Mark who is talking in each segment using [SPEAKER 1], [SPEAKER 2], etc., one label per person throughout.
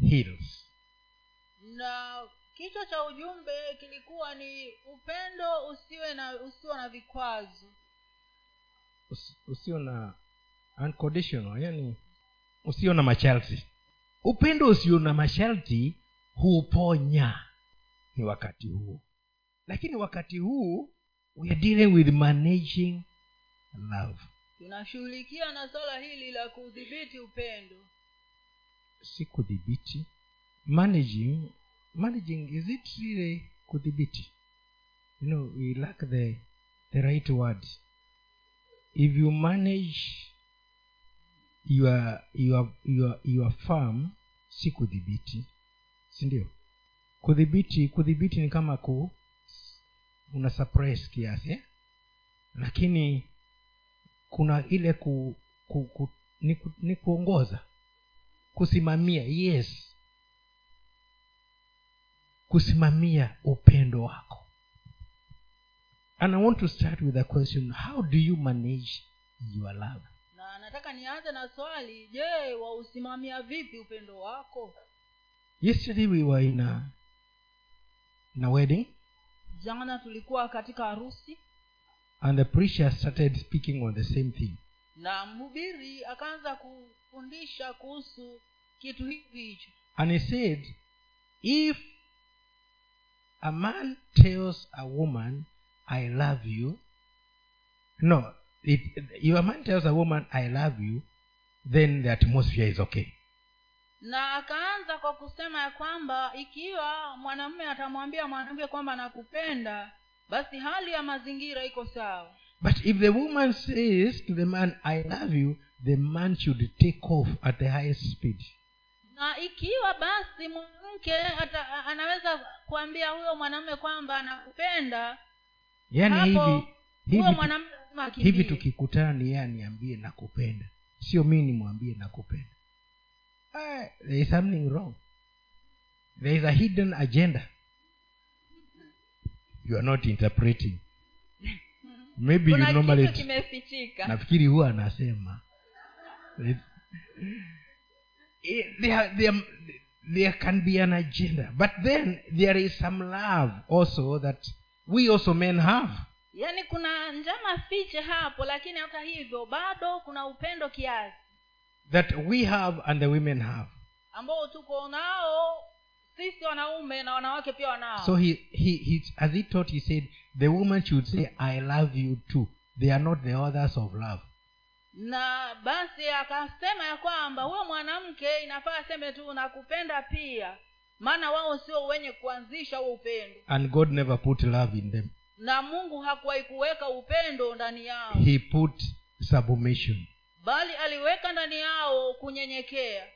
[SPEAKER 1] hills
[SPEAKER 2] na kichwa cha ujumbe kilikuwa ni upendo usiwe na usio na vikwazo
[SPEAKER 1] Usi- usio na unconditional yani usio na masharti upendo usio na masharti huponya ni wakati huo lakini wakati huu we are dealing with managing love
[SPEAKER 2] tunashughulikia na swala hili la kudhibiti upendo
[SPEAKER 1] si kudhibiti managing managing is it really kudhibiti you know we lack the the right word if you manage your your your your farm si kudhibiti si ndio kudhibiti kudhibiti ni kama ku una suppress kiasi eh? lakini kuna ile ku, ku, ku, ni, ku, ni kuongoza kusimamia yes kusimamia upendo wako and i want to start with a question how do you manage your love
[SPEAKER 2] na nataka nianze na swali je wausimamia vipi upendo wako
[SPEAKER 1] yesterday we were in a, in a wedding
[SPEAKER 2] jana tulikuwa katika harusi
[SPEAKER 1] and the preacher started speaking on the same thing
[SPEAKER 2] na mhubiri akaanza kufundisha kuhusu kitu hivi hicho
[SPEAKER 1] and he said if a man tells a woman i love you no if, if a man tells a woman i love you then the atmosphere is okay
[SPEAKER 2] na akaanza kwa kusema ya kwamba ikiwa mwanamume atamwambia mwanamke kwamba nakupenda basi hali ya mazingira iko sawa
[SPEAKER 1] but if the woman says to the man i love you the man should take off at the highest speed
[SPEAKER 2] na ikiwa basi mwanamke ata- a- anaweza kuambia huyo mwanamume kwamba nakupenda
[SPEAKER 1] yani hivi
[SPEAKER 2] hapo huyo
[SPEAKER 1] hivi,
[SPEAKER 2] mwanamume lazima
[SPEAKER 1] tu- hivi
[SPEAKER 2] akimbie.
[SPEAKER 1] tukikutana ni yeye aniambie nakupenda sio mi nimwambie nakupenda Ah, there is something wrong there is a hidden agenda you are not interpreting maybe you
[SPEAKER 2] Kuna kitu
[SPEAKER 1] normally
[SPEAKER 2] kimefichika
[SPEAKER 1] nafikiri huwa anasema Eh, there, there, there can be an agenda but then there is some love also that we also men have
[SPEAKER 2] yaani kuna njama fiche hapo lakini hata hivyo bado kuna upendo kiasi
[SPEAKER 1] that we have and the women have
[SPEAKER 2] ambao tuko nao sisi wanaume na wanawake pia wanao
[SPEAKER 1] so he, he he as he taught he said the woman should say i love you too they are not the others of love
[SPEAKER 2] na basi akasema ya kwamba huyo mwanamke inafaa aseme tu nakupenda pia maana wao sio wenye kuanzisha huo upendo
[SPEAKER 1] and god never put love in them
[SPEAKER 2] na mungu hakuwahi kuweka upendo ndani yao
[SPEAKER 1] he put submission
[SPEAKER 2] bali aliweka ndani yao kunyenyekea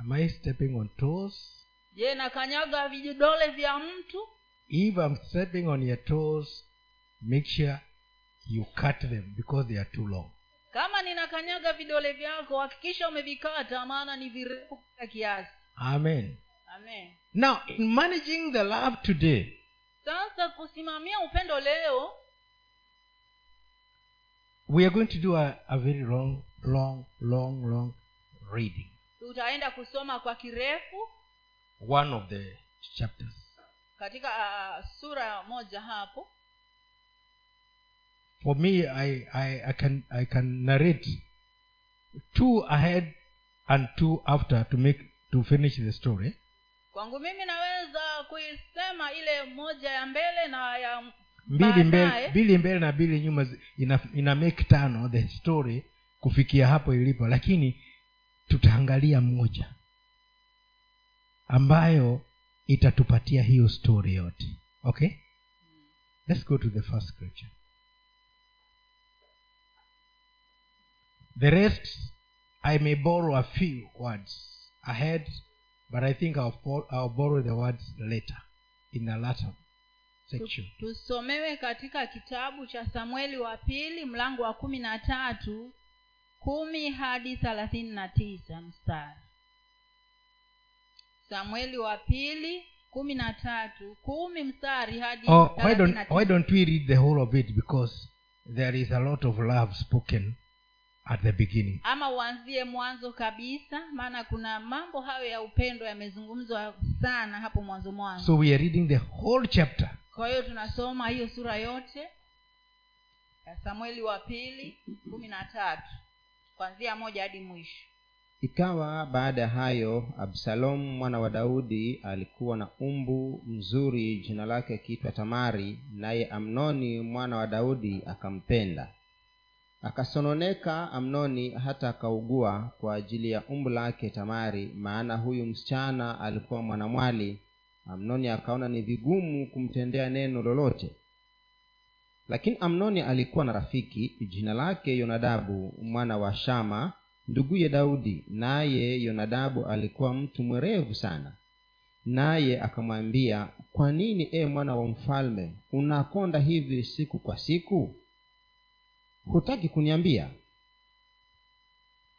[SPEAKER 1] am i stepping on toes
[SPEAKER 2] je nakanyaga vijidole vya mtu
[SPEAKER 1] if i'm stepping on your toes make sure you cut them because they are too long
[SPEAKER 2] kama ninakanyaga vidole vyako hakikisha umevikata maana ni virefu kupita kiasi
[SPEAKER 1] amen
[SPEAKER 2] amen
[SPEAKER 1] now in managing the love today
[SPEAKER 2] sasa kusimamia upendo leo
[SPEAKER 1] we are going to do a, a very long long long long reading
[SPEAKER 2] tutaenda kusoma kwa kirefu
[SPEAKER 1] one of the chapters
[SPEAKER 2] katika uh, sura moja hapo
[SPEAKER 1] for me I, I i can i can narrate two ahead and two after to make to finish the story
[SPEAKER 2] kwangu mimi naweza kuisema ile moja ya mbele na ya
[SPEAKER 1] mbili mbele,
[SPEAKER 2] Baadaye.
[SPEAKER 1] mbili mbele na mbili nyuma zi- ina, ina make tano the story kufikia hapo ilipo lakini tutaangalia moja ambayo itatupatia hiyo story yote okay let's go to the first scripture the rest i may borrow a few words ahead but i think i'll, bor- I'll borrow the words later in a later section
[SPEAKER 2] tu- tusomewe katika kitabu cha samueli wa pili mlango wa kumi na tatu kumi hadi thelathini na tisa mstari samueli wa pili kumi na tatu kumi mstari hadi
[SPEAKER 1] Oh, why don't
[SPEAKER 2] 39.
[SPEAKER 1] why don't we read the whole of it because there is a lot of love spoken at the beginning
[SPEAKER 2] ama uanzie mwanzo kabisa maana kuna mambo hayo ya upendo yamezungumzwa sana hapo mwanzo mwanzo
[SPEAKER 1] so we are reading the whole chapter
[SPEAKER 2] kwa hiyo tunasoma hiyo sura yote ya samueli wa pili kumi na tatu kwanzia moja hadi mwisho
[SPEAKER 3] ikawa baada ya hayo absalomu mwana wa daudi alikuwa na umbu mzuri jina lake akiitwa tamari naye amnoni mwana wa daudi akampenda akasononeka amnoni hata akaugua kwa ajili ya umbu lake tamari maana huyu msichana alikuwa mwanamwali amnoni akaona ni vigumu kumtendea neno lolote lakini amnoni alikuwa na rafiki jina lake yonadabu mwana wa shama nduguye daudi naye yonadabu alikuwa mtu mwerevu sana naye akamwambia kwa nini e mwana wa mfalme unakonda hivi siku kwa siku hutaki kuniambia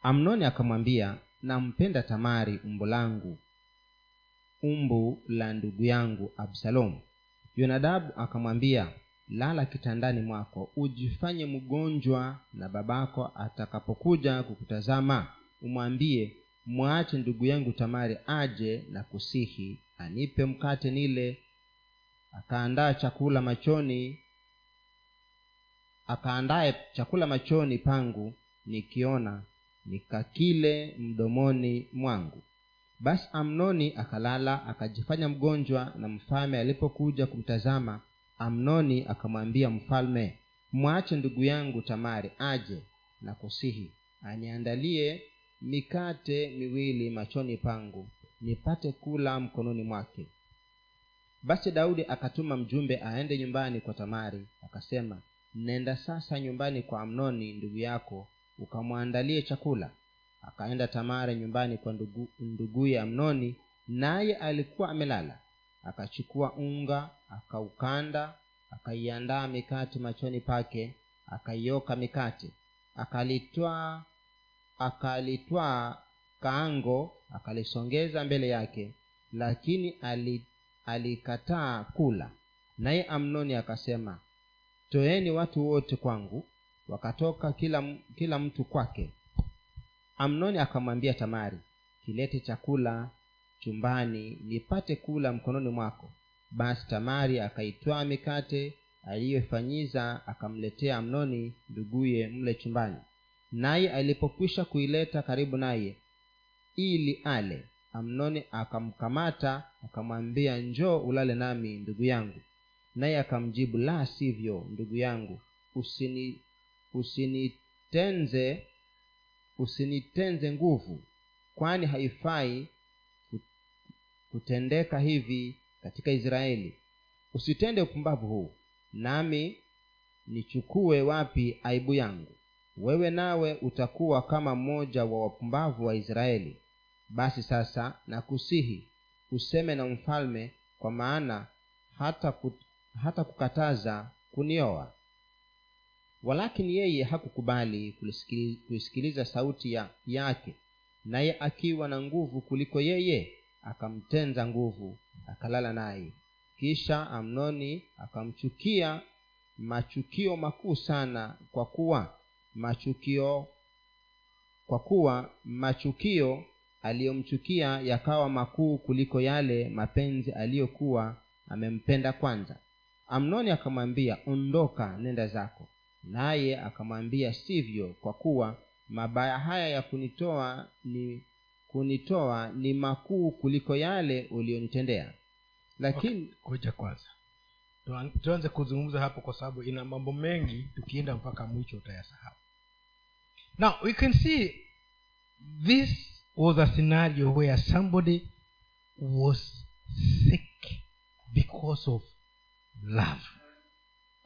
[SPEAKER 3] amnoni akamwambia nampenda tamari umbu langu umbu la ndugu yangu absalomu yonadabu akamwambia lala kitandani mwako ujifanye mgonjwa na babako atakapokuja kukutazama umwambie mwache ndugu yangu tamari aje na kusihi anipe mkate nile akaandaa chakula machoni akaandaye chakula machoni pangu nikiona nikakile mdomoni mwangu basi amnoni akalala akajifanya mgonjwa na mfalme alipokuja kumtazama amnoni akamwambia mfalme mwache ndugu yangu tamari aje na kusihi aniandalie mikate miwili machoni pangu nipate kula mkononi mwake basi daudi akatuma mjumbe aende nyumbani kwa tamari akasema nenda sasa nyumbani kwa amnoni ndugu yako ukamwandalie chakula akaenda tamari nyumbani kwa ndugu, nduguye amnoni naye alikuwa amelala akachukua unga akaukanda akaiandaa mikate machoni pake akaioka mikate akalitwaa akalitwaa kaango akalisongeza mbele yake lakini ali, alikataa kula naye amnoni akasema toeni watu wote kwangu wakatoka kila, m- kila mtu kwake amnoni akamwambia tamari kilete chakula chumbani nipate kula mkononi mwako basi tamari akaitwaa mikate aliyofanyiza akamletea amnoni nduguye mle chumbani naye alipokwisha kuileta karibu naye ili ale amnoni akamkamata akamwambia njoo ulale nami ndugu yangu naye akamjibu la sivyo ndugu yangu usini usinitenze usinitenze nguvu kwani haifai kutendeka hivi katika israeli usitende upumbavu huu nami nichukue wapi aibu yangu wewe nawe utakuwa kama mmoja wa wapumbavu wa israeli basi sasa nakusihi useme na mfalme kwa maana hata, kut, hata kukataza kunioa walakini yeye hakukubali kulisikili- kuisikiliza sauti ya, yake naye akiwa na nguvu kuliko yeye akamtenza nguvu akalala naye kisha amnoni akamchukia machukio makuu sana kwa kuwa machukio kwa kuwa machukio aliyomchukia yakawa makuu kuliko yale mapenzi aliyokuwa amempenda kwanza amnoni akamwambia ondoka nenda zako naye akamwambia sivyo kwa kuwa mabaya haya ya kunitoa ni kunitoa ni makuu kuliko yale uliyonitendea lakini
[SPEAKER 1] Okay, kuja kwanza Tuan- tuanze kuzungumza hapo kwa sababu ina mambo mengi tukienda mpaka mwisho utayasahau now we can see this was a scenario where somebody was sick because of love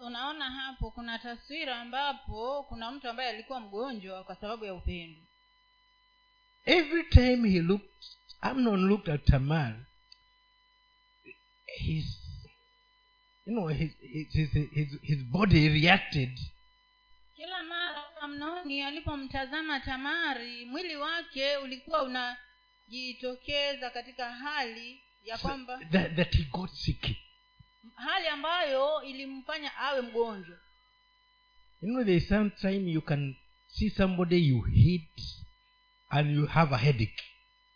[SPEAKER 2] unaona hapo kuna taswira ambapo kuna mtu ambaye alikuwa mgonjwa kwa sababu ya upendo
[SPEAKER 1] every time he looked amnon looked at tamar his you know his his his, his, his body reacted
[SPEAKER 2] kila mara amnoni alipomtazama tamari mwili wake ulikuwa unajitokeza katika hali ya
[SPEAKER 1] so
[SPEAKER 2] kwamba
[SPEAKER 1] that, that he got sick
[SPEAKER 2] hali ambayo ilimfanya awe mgonjwa
[SPEAKER 1] You know, there is some time you can see somebody you hate and you have a headache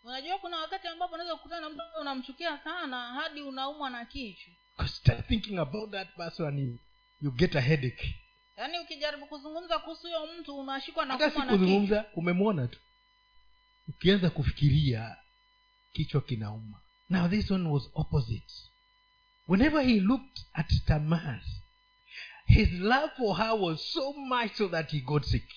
[SPEAKER 2] unajua kuna wakati ambapo unaweza kukutana na mtu ambaye unamchukia sana hadi unaumwa na kichwa
[SPEAKER 1] because start thinking about that person and you, you get a headache
[SPEAKER 2] yaani ukijaribu kuzungumza kuhusu huyo mtu unashikwa na
[SPEAKER 1] hata
[SPEAKER 2] kuumwa na kichwa
[SPEAKER 1] sikuzungumza umemwona tu ukianza kufikiria kichwa kinauma now this one was opposite whenever he looked at tamas his love for her was so much so that he got sick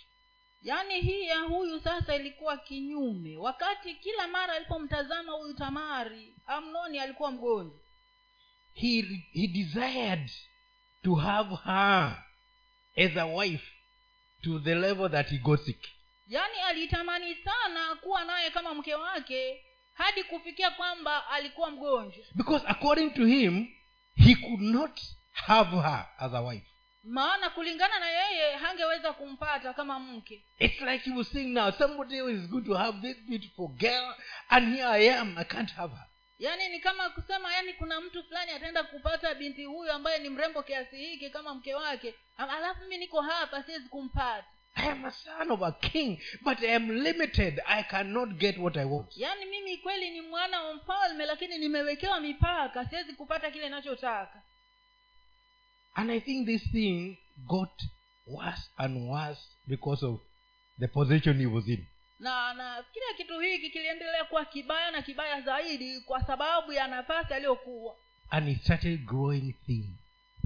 [SPEAKER 2] yaani hii ya huyu sasa ilikuwa kinyume wakati kila mara alipomtazama huyu tamari amnoni alikuwa mgonjwa
[SPEAKER 1] he, he desired to have her as a wife to the level that he got sick
[SPEAKER 2] yaani alitamani sana kuwa naye kama mke wake hadi kufikia kwamba alikuwa mgonjwa
[SPEAKER 1] because according to him he could not have her as a wife
[SPEAKER 2] maana kulingana na yeye hangeweza kumpata kama mke
[SPEAKER 1] It's like he was saying now, somebody is going to have this beautiful girl, and here I am, I can't have her.
[SPEAKER 2] yaani ni kama kusema yaani kuna mtu fulani ataenda kupata binti huyu ambaye ni mrembo kiasi hiki kama mke wake Al- alafu mi niko hapa siwezi kumpata
[SPEAKER 1] I am a son of a king, but I am limited. I cannot get what I want.
[SPEAKER 2] yaani mimi kweli ni mwana wa mfalme lakini nimewekewa mipaka siwezi kupata kile nachotaka
[SPEAKER 1] And I think this thing got worse and worse because of the position he was in.
[SPEAKER 2] na na kila kitu hiki kiliendelea kuwa kibaya na kibaya zaidi kwa sababu ya nafasi aliyokuwa
[SPEAKER 1] And he started growing thin.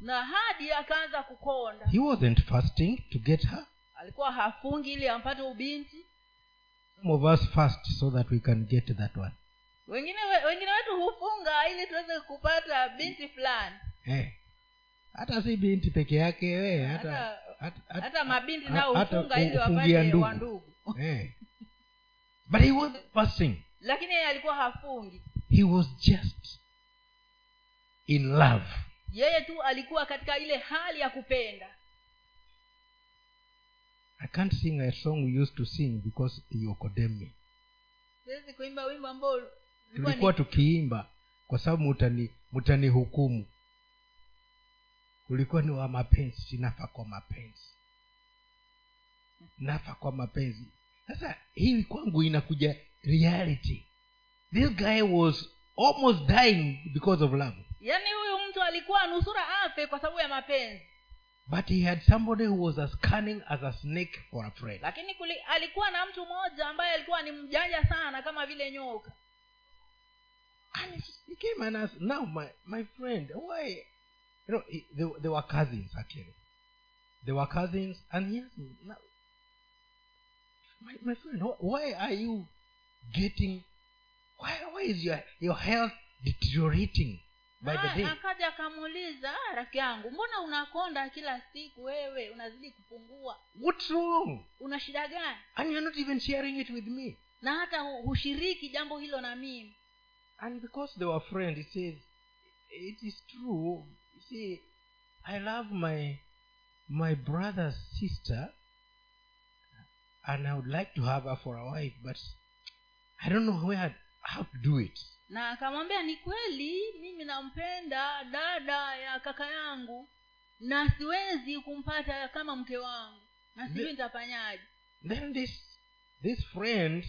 [SPEAKER 2] na hadi akaanza kukonda
[SPEAKER 1] He wasn't fasting to get her.
[SPEAKER 2] alikuwa hafungi ili ampate ubinti
[SPEAKER 1] Some of us fast so that we can get that one.
[SPEAKER 2] wengine we, wengine wetu hufunga ili tuweze kupata binti fulani
[SPEAKER 1] Eh. Hata si binti peke yake eh, hata,
[SPEAKER 2] Hata-
[SPEAKER 1] hata, hata,
[SPEAKER 2] hata mabinti
[SPEAKER 1] ha-
[SPEAKER 2] nao
[SPEAKER 1] hata
[SPEAKER 2] hufunga ili
[SPEAKER 1] ku- kufungia
[SPEAKER 2] wapate
[SPEAKER 1] ndugu.
[SPEAKER 2] wa ndugu
[SPEAKER 1] Eh. But he wasn't fasting.
[SPEAKER 2] lakini yeye alikuwa hafungi
[SPEAKER 1] He was just in love.
[SPEAKER 2] yeye tu alikuwa katika ile hali ya kupenda
[SPEAKER 1] I can't sing a song we used to sing because you condemn me.
[SPEAKER 2] siwezi kuimba wimbo ambao ulikuwa
[SPEAKER 1] Tulikuwa
[SPEAKER 2] ni-
[SPEAKER 1] tukiimba kwa sababu mutani mutanihukumu. Ulikuwa ni wa mapenzi, nafa kwa mapenzi, nafa kwa mapenzi. Sasa hii kwangu inakuja reality. This guy was almost dying because of love.
[SPEAKER 2] yaani huyu mtu alikuwa nusura afe kwa sababu ya mapenzi
[SPEAKER 1] But he had somebody who was as cunning as a snake for a friend.
[SPEAKER 2] lakini kuli, alikuwa na mtu mmoja ambaye alikuwa ni mjanja sana kama vile nyoka
[SPEAKER 1] And he came and asked, Now, my, my friend, why? You know, he- they, they were cousins, actually. They were cousins, and he asked me, Now, my, my friend, wh- why are you getting. Why, why is your, your health deteriorating by
[SPEAKER 2] Na-
[SPEAKER 1] the day?
[SPEAKER 2] Ah, akaja akamuuliza "Ah, rafiki yangu mbona unakonda kila siku wewe unazidi kupungua
[SPEAKER 1] What's wrong?
[SPEAKER 2] una shida gani
[SPEAKER 1] And you're not even sharing it with me.
[SPEAKER 2] na hata hu- hushiriki jambo hilo na mimi
[SPEAKER 1] And because they were friends, he says, It is true. You see, I love my my brother's sister and I would like to have her for a wife, but I don't know where how to do it.
[SPEAKER 2] na akamwambia ni kweli mimi nampenda dada ya kaka yangu na siwezi kumpata kama mke wangu na sijui
[SPEAKER 1] Ne-
[SPEAKER 2] nitafanyaje
[SPEAKER 1] Then this this friend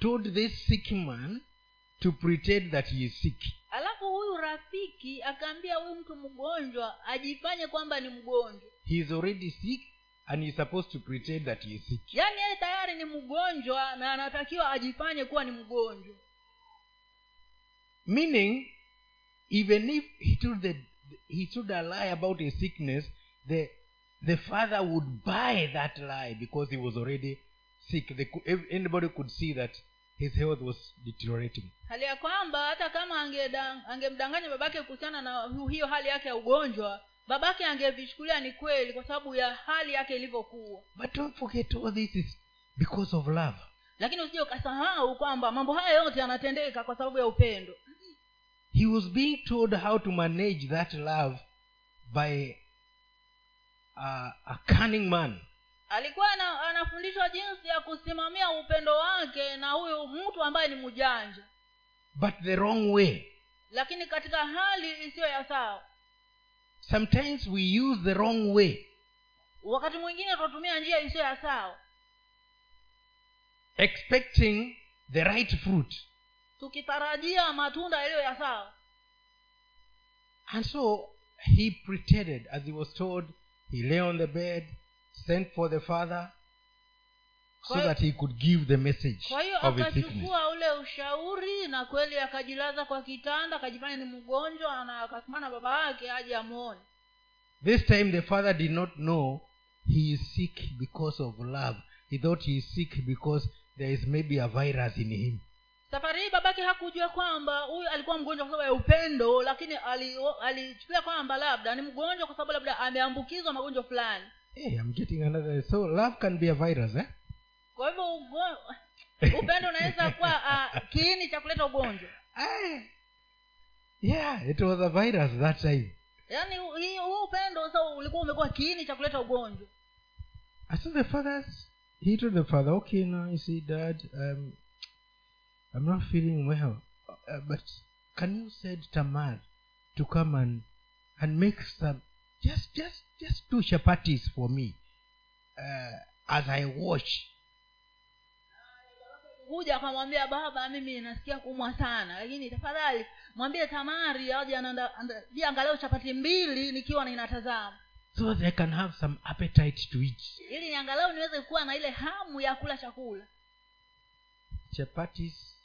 [SPEAKER 1] told this sick man to pretend that he is sick.
[SPEAKER 2] alafu huyu rafiki akaambia huyu mtu mgonjwa ajifanye kwamba ni mgonjwa
[SPEAKER 1] He is already sick and he's supposed to pretend that he is sick.
[SPEAKER 2] yaani yeye tayari ni mgonjwa na anatakiwa ajifanye kuwa ni mgonjwa
[SPEAKER 1] Meaning, even if he told the he told a lie about his sickness, the the father would buy that lie because he was already sick. They could, ev- anybody could see that his health was deteriorating.
[SPEAKER 2] hali ya kwamba hata kama angeda- angemdanganya babake kuhusiana na hu- hiyo hali yake ya ugonjwa babake angevichukulia ni kweli kwa sababu ya hali yake ilivyokuwa
[SPEAKER 1] But don't forget, all this is because of love.
[SPEAKER 2] lakini usije ukasahau kwamba mambo haya yote yanatendeka kwa sababu ya upendo
[SPEAKER 1] He was being told how to manage that love by uh, a cunning man.
[SPEAKER 2] alikuwa ana- anafundishwa jinsi ya kusimamia upendo wake na huyu mtu ambaye ni mjanja
[SPEAKER 1] But the wrong way.
[SPEAKER 2] lakini katika hali isiyo ya sawa
[SPEAKER 1] Sometimes we use the wrong way
[SPEAKER 2] wakati mwingine tunatumia njia isiyo ya sawa
[SPEAKER 1] expecting the right fruit
[SPEAKER 2] tukitarajia matunda yaliyo ya sawa
[SPEAKER 1] And so he pretended, as he was told, he lay on the bed, sent for the father, so
[SPEAKER 2] Kwa-
[SPEAKER 1] that he could give the message
[SPEAKER 2] kwa hiyo
[SPEAKER 1] of his sickness.
[SPEAKER 2] akachukua ule ushauri na kweli akajilaza kwa kitanda akajifanya ni mgonjwa na akasimana baba yake aje amwone
[SPEAKER 1] This time the father did not know he is sick because of love. He thought he is sick because there is maybe a virus in him.
[SPEAKER 2] safari hii babake hakujua kwamba huyu alikuwa mgonjwa kwa sababu ya upendo lakini alio- alichukulia kwamba labda ni mgonjwa kwa sababu labda ameambukizwa magonjwa fulani
[SPEAKER 1] Hey, I'm getting another. So love can be a virus, eh?
[SPEAKER 2] kwa hivyo ugo- upendo unaweza kuwa ah, kiini cha kuleta ugonjwa
[SPEAKER 1] Aye. Yeah, it was a virus that time.
[SPEAKER 2] yaani hu- hii- huu upendo sasa ulikuwa umekuwa kiini cha kuleta ugonjwa
[SPEAKER 1] And so the father's he told the father, okay, now you see, Dad, um, I'm not feeling well, uh, but can you send Tamar to come and and make some just just just two chapatis for me uh, as I wash?
[SPEAKER 2] kuja akamwambia baba mimi nasikia kumwa sana lakini tafadhali mwambie tamari aje anaanda- anda- je angalau chapati mbili nikiwa ninatazama
[SPEAKER 1] So that I can have some appetite to eat.
[SPEAKER 2] ili ni angalau niweze kuwa na ile hamu ya kula chakula
[SPEAKER 1] Chapatis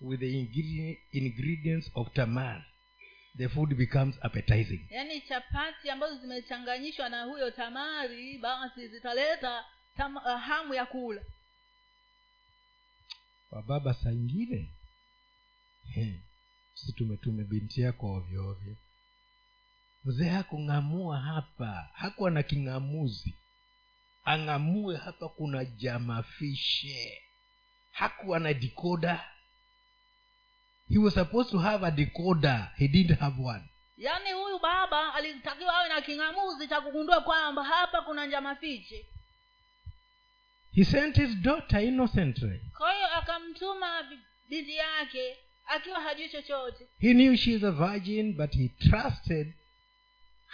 [SPEAKER 1] with the ingredient, ingredients of Tamar, the food becomes appetizing.
[SPEAKER 2] yaani chapati ambazo zimechanganyishwa na huyo tamari basi zitaleta tam, uh, hamu ya kula
[SPEAKER 1] kwa baba saa ingine he, si tumetume binti yako ovyoovyo mzee hakung'amua hapa hakuwa na king'amuzi ang'amue hapa kuna jamafishe hakuwa na dikoda he was supposed to have a decoder he didn't have one
[SPEAKER 2] yaani huyu baba alitakiwa awe na king'amuzi cha kugundua kwamba hapa kuna njamafiche
[SPEAKER 1] he sent his daughter innocently
[SPEAKER 2] kwa hiyo akamtuma bi- binti yake akiwa hajui chochote
[SPEAKER 1] he knew she is a virgin but he trusted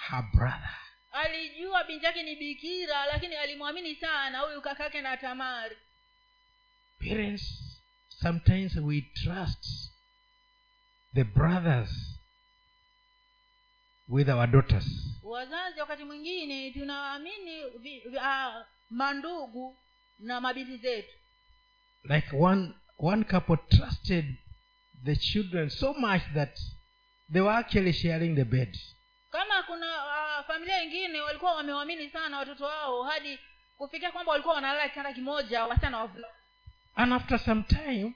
[SPEAKER 1] her brother
[SPEAKER 2] alijua binti yake ni bikira lakini alimwamini sana huyu kakake na tamari
[SPEAKER 1] parents sometimes we trust the brothers with our daughters
[SPEAKER 2] wazazi wakati mwingine tunawaamini vi- vi- ah, mandugu na mabinti zetu
[SPEAKER 1] like one one couple trusted the children so much that they were actually sharing the bed
[SPEAKER 2] kama kuna ah, familia wengine walikuwa wamewaamini sana watoto wao hadi kufikia kwamba walikuwa wanalala kitanda kimoja wasichana wa wavulana.
[SPEAKER 1] and after some time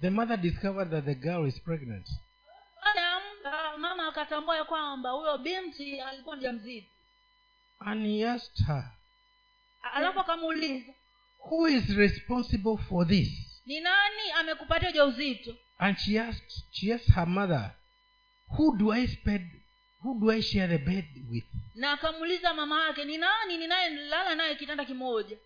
[SPEAKER 1] the mother discovered that the girl is pregnant
[SPEAKER 2] baada ya muda mama akatambua ya kwamba huyo binti alikuwa mjamzito
[SPEAKER 1] and he asked her
[SPEAKER 2] A- alafu akamuuliza
[SPEAKER 1] who is responsible for this
[SPEAKER 2] ni nani amekupatia ujauzito
[SPEAKER 1] and she asked she asked her mother who do i spend who do i share the bed with
[SPEAKER 2] na akamuuliza mama yake ni nani ninayelala naye kitanda kimoja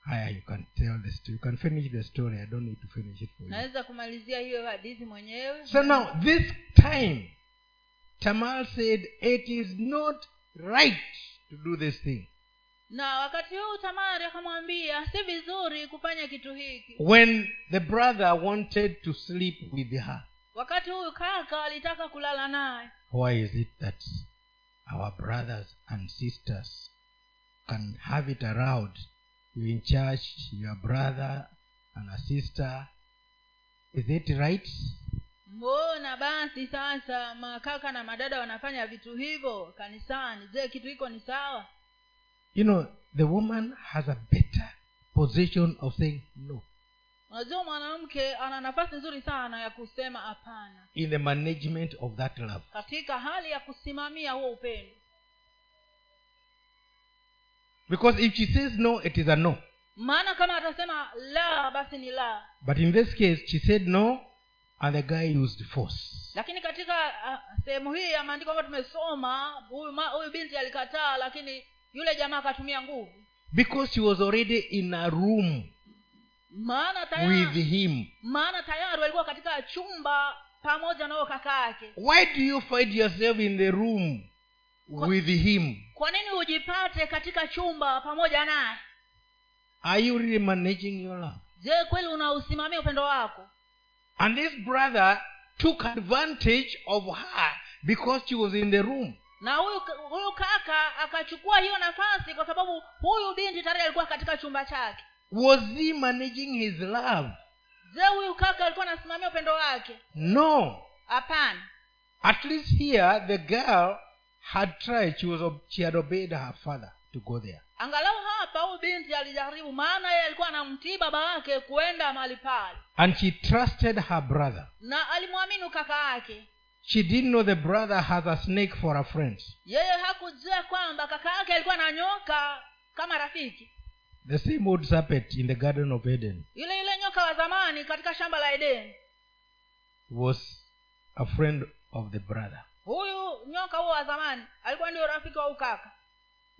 [SPEAKER 1] haya you can tell the story. you can finish the story i don't need to finish it for you
[SPEAKER 2] naweza kumalizia hiyo hadithi mwenyewe
[SPEAKER 1] so now this time tamal said it is not right to do this thing
[SPEAKER 2] na wakati huu tamari akamwambia si vizuri kufanya kitu hiki
[SPEAKER 1] when the brother wanted to sleep with her
[SPEAKER 2] wakati huyu kaka alitaka kulala naye
[SPEAKER 1] why is it that our brothers and sisters can have it around you in church your brother and a sister is it right
[SPEAKER 2] mbona basi sasa makaka na madada wanafanya vitu hivyo kanisani je kitu hiko ni sawa
[SPEAKER 1] you know the woman has a better position of saying no
[SPEAKER 2] unajua mwanamke ana nafasi nzuri sana ya kusema hapana
[SPEAKER 1] in the management of that love
[SPEAKER 2] katika hali ya kusimamia huo upendo
[SPEAKER 1] because if she says no it is a no
[SPEAKER 2] maana kama atasema la basi ni la
[SPEAKER 1] but in this case she said no and the guy used force
[SPEAKER 2] lakini katika ah, sehemu hii ya maandiko ambayo tumesoma huyu ma- huyu binti alikataa lakini yule jamaa akatumia nguvu
[SPEAKER 1] because she was already in a room
[SPEAKER 2] maana
[SPEAKER 1] with
[SPEAKER 2] tayari
[SPEAKER 1] him
[SPEAKER 2] maana tayari walikuwa katika chumba pamoja na huyo kaka yake
[SPEAKER 1] why do you find yourself in the room with him
[SPEAKER 2] kwa nini ujipate katika chumba pamoja naye
[SPEAKER 1] Are you really managing your love?
[SPEAKER 2] je kweli unausimamia upendo wako
[SPEAKER 1] And this brother took advantage of her because she was in the room.
[SPEAKER 2] na huyu huyu kaka akachukua hiyo nafasi kwa sababu huyu binti tayari alikuwa katika chumba chake
[SPEAKER 1] Was he managing his love?
[SPEAKER 2] je huyu kaka alikuwa anasimamia upendo wake
[SPEAKER 1] No.
[SPEAKER 2] hapana
[SPEAKER 1] At least here, the girl had tried. She was ob- she had obeyed her father to go there.
[SPEAKER 2] angalau hapa huyu binti alijaribu maana yeye alikuwa anamtii baba wake kuenda mahali pale
[SPEAKER 1] And she trusted her brother.
[SPEAKER 2] na alimwamini kaka yake
[SPEAKER 1] She didn't know the brother has a snake for a friend.
[SPEAKER 2] yeye hakujua kwamba kaka yake alikuwa na nyoka kama rafiki
[SPEAKER 1] The same old serpent in the Garden of Eden
[SPEAKER 2] yule yule nyoka wa zamani katika shamba la edeni
[SPEAKER 1] was a friend of the brother.
[SPEAKER 2] huyu nyoka huo wa zamani alikuwa ndio rafiki wa huyu kaka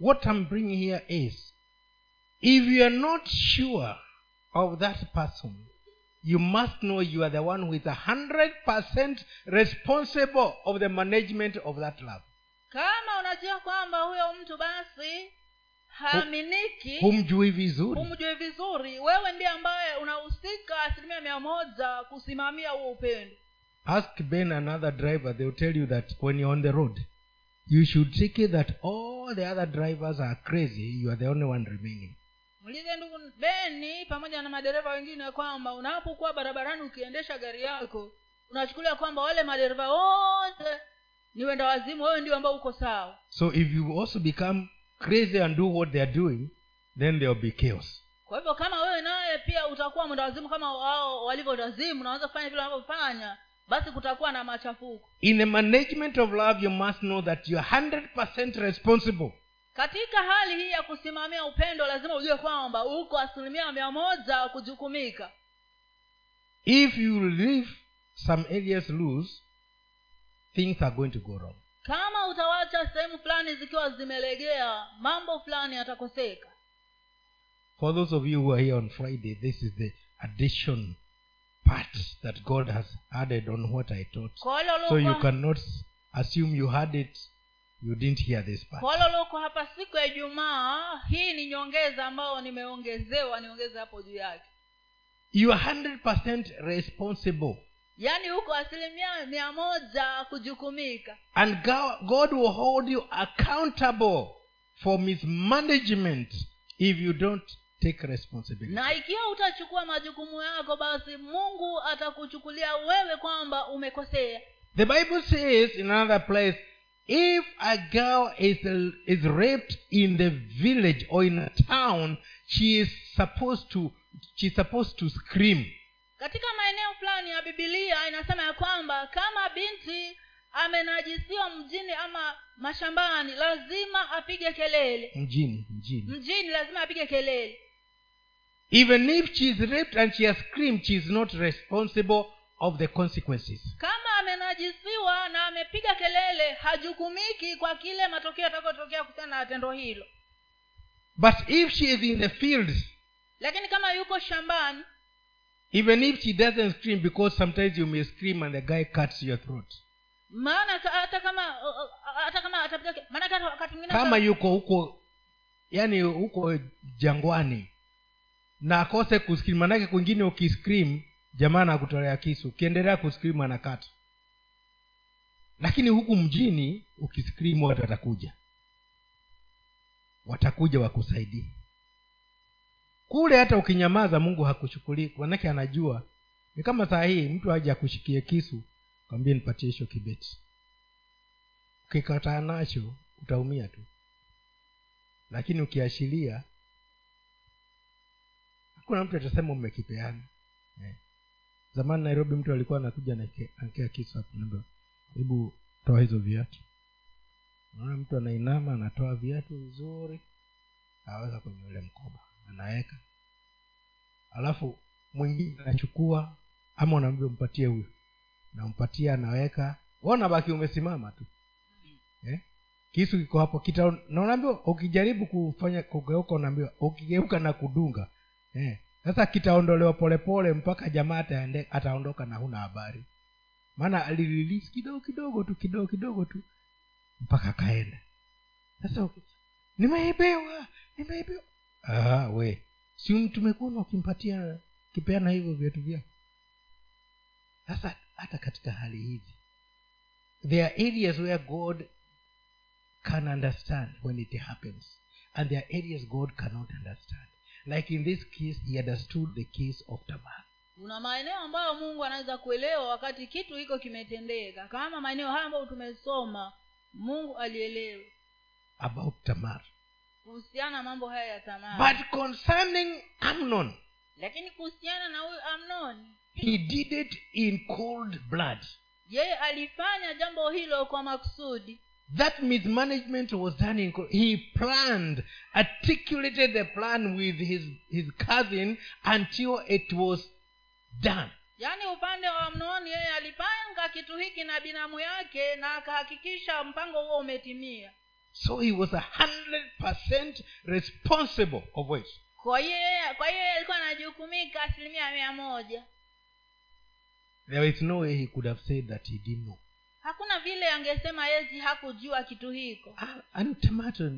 [SPEAKER 1] What I'm bringing here is if you are not sure of that person, you must know you are the one who is 100% responsible of the management of that love.
[SPEAKER 2] kama unajua kwamba huyo mtu basi haaminiki
[SPEAKER 1] Humjui vizuri.
[SPEAKER 2] humjui vizuri wewe ndiye ambaye unahusika asilimia mia moja kusimamia huo upendo
[SPEAKER 1] Ask Ben another driver, they'll tell you that when you're on the road, you should take it that all the other drivers are crazy, you are the only one remaining.
[SPEAKER 2] mlize ndugu beni pamoja na madereva wengine kwamba unapokuwa barabarani ukiendesha gari yako unachukulia kwamba wale madereva wote ni wenda wazimu wewe ndio ambao uko sawa
[SPEAKER 1] So if you also become crazy and do what they are doing, then there will be chaos.
[SPEAKER 2] kwa hivyo kama wewe naye pia utakuwa mwenda wazimu kama wao walivyo wazimu unaweza kufanya vile wanavyofanya basi kutakuwa na machafuko
[SPEAKER 1] In the management of love, you must know that you're 100% responsible.
[SPEAKER 2] katika hali hii ya kusimamia upendo lazima ujue kwamba uko asilimia mia moja kujukumika
[SPEAKER 1] If you leave some areas loose, things are going to go wrong.
[SPEAKER 2] kama utawacha sehemu fulani zikiwa zimelegea mambo fulani yatakoseka
[SPEAKER 1] For those of you who are here on Friday, this is the addition part that God has added on what I taught.
[SPEAKER 2] kwa wale
[SPEAKER 1] So you
[SPEAKER 2] waliokuwa-
[SPEAKER 1] cannot assume you had it, you didn't hear this
[SPEAKER 2] kwa
[SPEAKER 1] part.
[SPEAKER 2] wale walioko hapa siku ya ijumaa hii ni nyongeza ambayo nimeongezewa niongeze hapo juu yake
[SPEAKER 1] You are 100% responsible.
[SPEAKER 2] yaani huko asilimia mia moja kujukumika
[SPEAKER 1] And Go- God will hold you accountable for mismanagement if you don't take responsibility.
[SPEAKER 2] na ikiwa utachukua majukumu yako basi mungu atakuchukulia wewe kwamba umekosea
[SPEAKER 1] The Bible says in another place if a girl is, is raped in the village or in a town, she is supposed to she's supposed to scream.
[SPEAKER 2] katika maeneo fulani ya bibilia inasema ya kwamba kama binti amenajisiwa mjini ama mashambani lazima apige kelele
[SPEAKER 1] Mjini, mjini.
[SPEAKER 2] mjini lazima apige kelele
[SPEAKER 1] Even if she is raped and she has screamed, she is not responsible of the consequences.
[SPEAKER 2] kama amenajisiwa na amepiga kelele hajukumiki kwa kile matokeo yatakayotokea kuhusiana na tendo hilo
[SPEAKER 1] But if she is in the fields
[SPEAKER 2] lakini kama yuko shambani
[SPEAKER 1] Even if she doesn't scream, because sometimes you may scream and the guy cuts your throat.
[SPEAKER 2] maana ka- hata kama uh, uh, hata kama atapiga ke- maana hata wakati mwingine
[SPEAKER 1] kama
[SPEAKER 2] hata-
[SPEAKER 1] yuko huko yani huko jangwani na akose kuskrim manake kwingine ukiskrim jamaa anakutolea kisu ukiendelea kuskrim anakata lakini huku mjini ukiskrim watu watakuja watakuja wakusaidie kule hata ukinyamaza mungu hakuchukulii manake anajua ni kama saa hii mtu aje akushikie kisu kwambie nipatie hicho kibeti ukikataa nacho utaumia tu lakini ukiashiria hakuna mtu atasema umekipeana eh. zamani nairobi mtu alikuwa anakuja nakea kisu hapo naambia, hebu toa hizo viatu naona mtu anainama anatoa viatu vizuri aweka kwenye ule mkoba anaweka alafu mwingine anachukua ama unaambia umpatie huyo nampatia anaweka ona baki umesimama tu eh? kisu kiko hapo kita na unaambiwa ukijaribu kufanya kugeuka unaambiwa ukigeuka na kudunga eh. sasa kitaondolewa polepole mpaka jamaa ataende- ataondoka na huna habari maana alirelease kidogo kidogo tu kidogo kidogo tu mpaka akaenda sasa uki- nimeibiwa nimeibiwa Ah, we si tumekuona ukimpatia kipeana hivyo viatu vyako sasa hata katika hali hizi there are areas where god can understand when it happens and there are areas god cannot understand like in this case he understood the case of tamar
[SPEAKER 2] kuna maeneo ambayo mungu anaweza kuelewa wakati kitu hiko kimetendeka kama maeneo hayo ambayo tumesoma mungu alielewa
[SPEAKER 1] about tamar
[SPEAKER 2] kuhusiana na mambo haya ya tamara
[SPEAKER 1] but concerning amnon
[SPEAKER 2] lakini kuhusiana na huyu amnoni
[SPEAKER 1] he did it in cold blood
[SPEAKER 2] yeye alifanya jambo hilo kwa makusudi
[SPEAKER 1] that mismanagement was done in cold. he planned articulated the plan with his his cousin until it was done
[SPEAKER 2] yaani upande wa amnoni yeye alipanga kitu hiki na binamu yake na akahakikisha mpango huo umetimia
[SPEAKER 1] so he was a hundred percent responsible of it
[SPEAKER 2] kwa hiyo yeye- kwa hiyo yeye alikuwa anajukumika asilimia mia moja
[SPEAKER 1] there is no way he could have said that he didn't know
[SPEAKER 2] hakuna vile angesema yesi hakujua kitu hiko
[SPEAKER 1] Ah, and tomato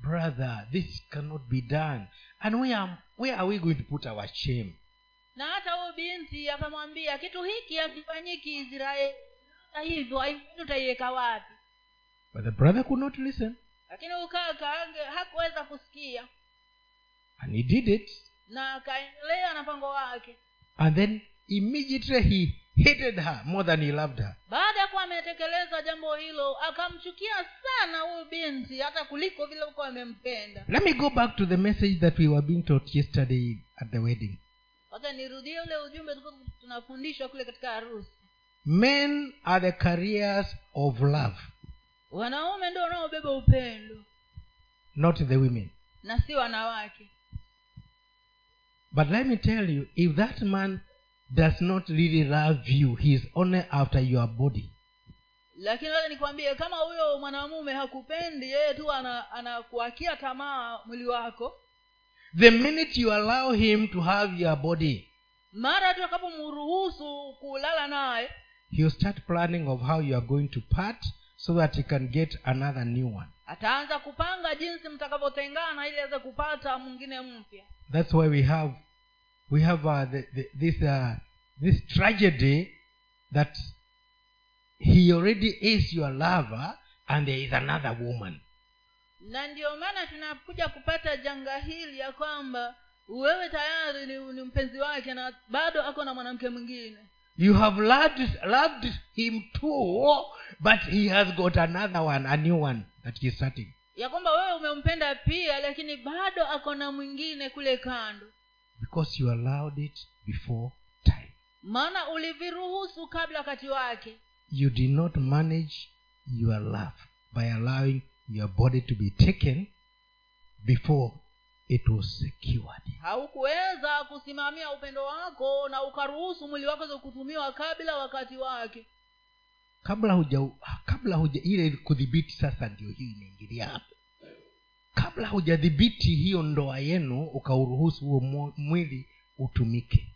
[SPEAKER 1] brother this cannot be done and where am where are we going to put our shame
[SPEAKER 2] na hata huyu binti akamwambia kitu hiki hakifanyiki israeli hata hivyo haivi tutaiweka wapi
[SPEAKER 1] but the brother could not listen
[SPEAKER 2] lakini huyu kaka hange- hakuweza kusikia
[SPEAKER 1] and he did it
[SPEAKER 2] na akaendelea na mpango wake
[SPEAKER 1] and then immediately he hated her more than he loved her
[SPEAKER 2] baada ya kuwa ametekeleza jambo hilo akamchukia sana huyu binti hata kuliko vile kuwa amempenda
[SPEAKER 1] let me go back to the message that we were being taught yesterday at the wedding
[SPEAKER 2] sasa nirudie ule ujumbe tulikuwa tunafundishwa kule katika harusi
[SPEAKER 1] men are the carriers of love
[SPEAKER 2] wanaume ndio wanaobeba upendo
[SPEAKER 1] not the women
[SPEAKER 2] na si wanawake
[SPEAKER 1] But let me tell you, if that man does not really love you, he is only after your body.
[SPEAKER 2] lakini wacha nikwambie kama huyo mwanamume hakupendi yeye tu ana- anakuakia tamaa mwili wako
[SPEAKER 1] The minute you allow him to have your body,
[SPEAKER 2] mara tu akapomruhusu kulala naye
[SPEAKER 1] he'll start planning of how you are going to part so that he can get another new one.
[SPEAKER 2] ataanza kupanga jinsi mtakavyotengana ili aweze kupata mwingine mpya
[SPEAKER 1] That's why we have we have uh, the, the, this uh, this tragedy that he already is your lover and there is another woman.
[SPEAKER 2] na ndiyo maana tunakuja kupata janga hili ya kwamba wewe tayari ni, ni mpenzi wake na bado ako na mwanamke mwingine
[SPEAKER 1] You have loved, loved him too, but he has got another one, a new one that he's starting.
[SPEAKER 2] ya kwamba wewe umempenda pia lakini bado ako na mwingine kule kando
[SPEAKER 1] Because you allowed it before time.
[SPEAKER 2] maana uliviruhusu kabla wakati wake
[SPEAKER 1] You did not manage your love by allowing your body to be taken before it was secured.
[SPEAKER 2] haukuweza kusimamia upendo wako na ukaruhusu mwili wako za kutumiwa kabla wakati wake
[SPEAKER 1] kabla huja kabla huja ile kudhibiti sasa ndio hiyo inaingilia hapo kabla hujadhibiti hiyo ndoa yenu ukauruhusu huo mwo- mwili utumike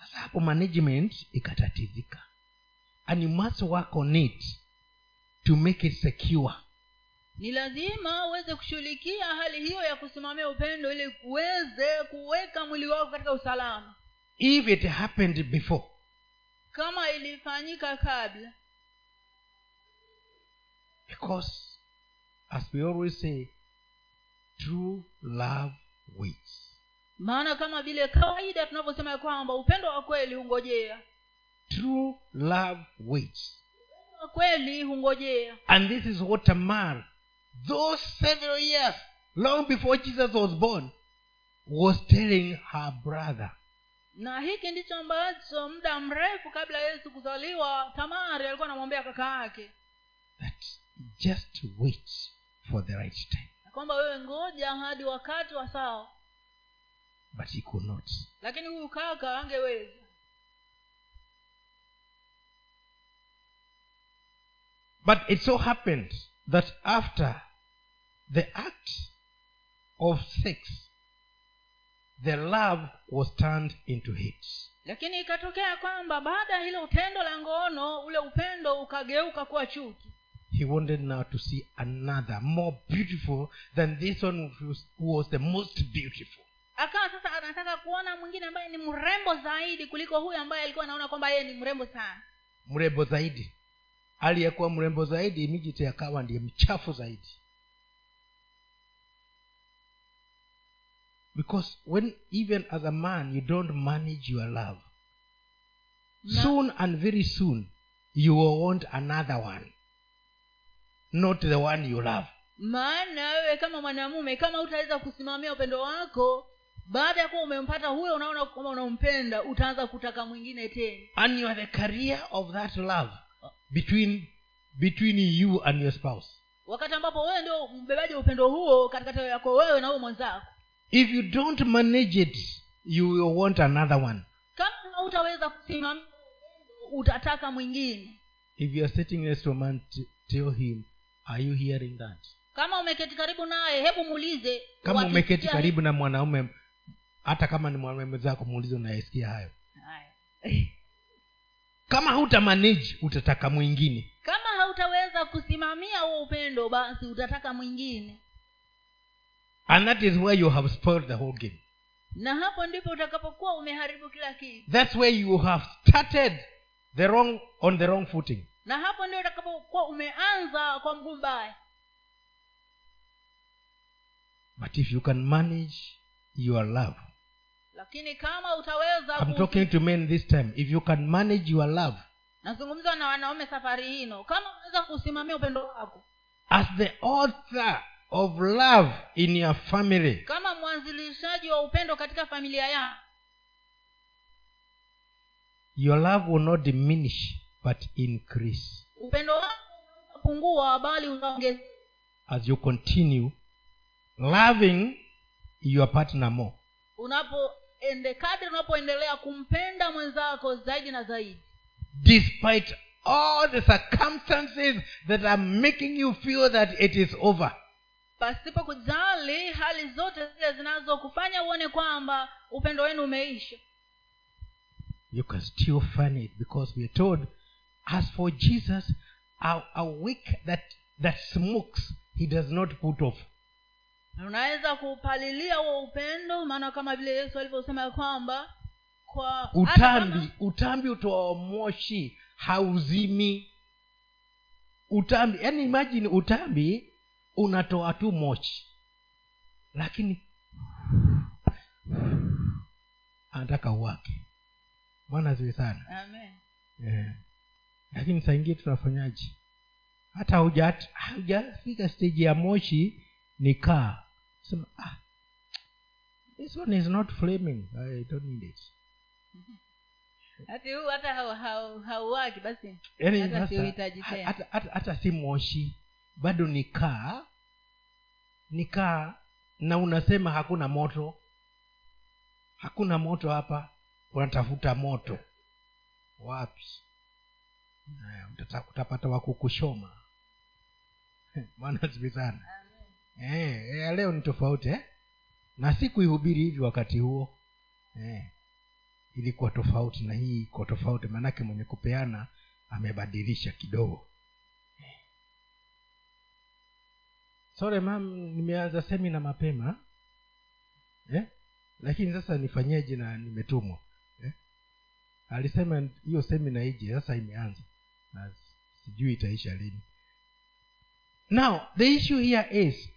[SPEAKER 1] sasa hapo management ikatatizika and you must work on it to make it secure
[SPEAKER 2] ni lazima uweze kushughulikia hali hiyo ya kusimamia upendo ili uweze kuweka mwili wako katika usalama
[SPEAKER 1] if it happened before
[SPEAKER 2] kama ilifanyika kabla
[SPEAKER 1] because as we always say true love waits
[SPEAKER 2] maana kama vile kawaida tunavyosema ya kwamba upendo wa kweli hungojea
[SPEAKER 1] true love waits
[SPEAKER 2] Upendo wa kweli hungojea
[SPEAKER 1] And this is what Tamar, those several years, long before Jesus was born, was telling her brother.
[SPEAKER 2] na hiki ndicho ambacho muda mrefu kabla yesu kuzaliwa tamari alikuwa anamwambia kaka yake
[SPEAKER 1] That just wait for the right time.
[SPEAKER 2] ya kwamba wewe ngoja hadi wakati wa sawa
[SPEAKER 1] But he could not.
[SPEAKER 2] lakini huyu kaka angeweza
[SPEAKER 1] But it so happened that after the act of sex, the love was turned into hate.
[SPEAKER 2] lakini ikatokea kwamba baada ya hilo tendo la ngono ule upendo ukageuka kuwa chuki
[SPEAKER 1] He wanted now to see another more beautiful than this one who was- who was the most beautiful.
[SPEAKER 2] akawa sasa anataka kuona mwingine ambaye ni mrembo zaidi kuliko huyu ambaye alikuwa anaona kwamba yeye ni mrembo sana
[SPEAKER 1] mrembo zaidi aliyekuwa mrembo zaidi mijiti akawa ndiye mchafu zaidi because when even as a man you don't manage your love
[SPEAKER 2] Na-
[SPEAKER 1] soon and very soon you will want another one not the one you love
[SPEAKER 2] maana wewe kama mwanamume kama utaweza kusimamia upendo wako baada ya kuwa umempata huyo unaona kwamba unampenda utaanza kutaka mwingine tena
[SPEAKER 1] and you are the carrier of that love between between you and your spouse
[SPEAKER 2] wakati ambapo wewe ndio mbebaji wa upendo huo katikati yako wewe na huyo mwenzako
[SPEAKER 1] if you don't manage it you will want another one
[SPEAKER 2] kama hautaweza kusimamia upendo, utataka mwingine
[SPEAKER 1] if you are sitting next to a man t- tell him are you hearing that
[SPEAKER 2] kama umeketi karibu naye hebu muulize
[SPEAKER 1] kama
[SPEAKER 2] wakisikia
[SPEAKER 1] umeketi
[SPEAKER 2] hii-
[SPEAKER 1] karibu na mwanaume hata kama ni mwanaume mwenzako muulize unayesikia hayo
[SPEAKER 2] Haya.
[SPEAKER 1] kama hutamanage utataka mwingine
[SPEAKER 2] kama hautaweza kusimamia huo upendo basi utataka mwingine
[SPEAKER 1] and that is where you have spoiled the whole game
[SPEAKER 2] na hapo ndipo utakapokuwa umeharibu kila kitu
[SPEAKER 1] that's where you have started the wrong on the wrong footing
[SPEAKER 2] na hapo ndio utakapokuwa umeanza kwa mguu mbaya
[SPEAKER 1] but if you can manage your love
[SPEAKER 2] lakini kama utaweza
[SPEAKER 1] i'm
[SPEAKER 2] ku-
[SPEAKER 1] talking to men this time if you can manage your love
[SPEAKER 2] nazungumza na wanaume safari hino kama unaweza kusimamia upendo wako
[SPEAKER 1] as the author of love in your family
[SPEAKER 2] kama mwanzilishaji wa upendo katika familia yako
[SPEAKER 1] your love will not diminish but increase
[SPEAKER 2] upendo wako pungua bali unaongeza
[SPEAKER 1] as you continue loving your partner more
[SPEAKER 2] unapoende kadri unapoendelea kumpenda mwenzako zaidi na zaidi
[SPEAKER 1] despite all the circumstances that are making you feel that it is over
[SPEAKER 2] pasipo kujali hali zote zile zinazokufanya uone kwamba upendo wenu umeisha
[SPEAKER 1] you can still find it because we are told as for jesus a, a wick that that smokes he does not put off
[SPEAKER 2] Na unaweza kupalilia huo upendo maana kama vile yesu alivyosema ya kwamba kwa hata
[SPEAKER 1] utambi
[SPEAKER 2] kama-
[SPEAKER 1] utambi utoao moshi hauzimi utambi yani imagine utambi unatoa tu moshi lakini anataka uwake bwana ziwe sana
[SPEAKER 2] Amen.
[SPEAKER 1] yeah. Eh. lakini saingie tunafanyaje hata hauja- haujafika stage ya moshi ni kaa sema ah, this one is not flaming i don't need it
[SPEAKER 2] hati huu hata hau- hau- hauwaki basi
[SPEAKER 1] Yaani
[SPEAKER 2] Hata
[SPEAKER 1] sasa,
[SPEAKER 2] siuhitaji
[SPEAKER 1] ha-
[SPEAKER 2] tena.
[SPEAKER 1] hata- hata- hata si moshi bado ni kaa ni kaa na unasema hakuna moto hakuna moto hapa unatafuta moto wapi Haya, utata- utapata wakukushoma bwana asifiwe sana eh, eh, leo ni tofauti eh? na sikuihubiri hivi wakati huo eh, ilikuwa tofauti na hii iko tofauti maanake mwenye kupeana amebadilisha kidogo sore mam nimeanza semina mapema eh? lakini sasa nifanyeje na nimetumwa eh? alisema hiyo semina ije sasa imeanza na sijui itaisha lini now the issue here is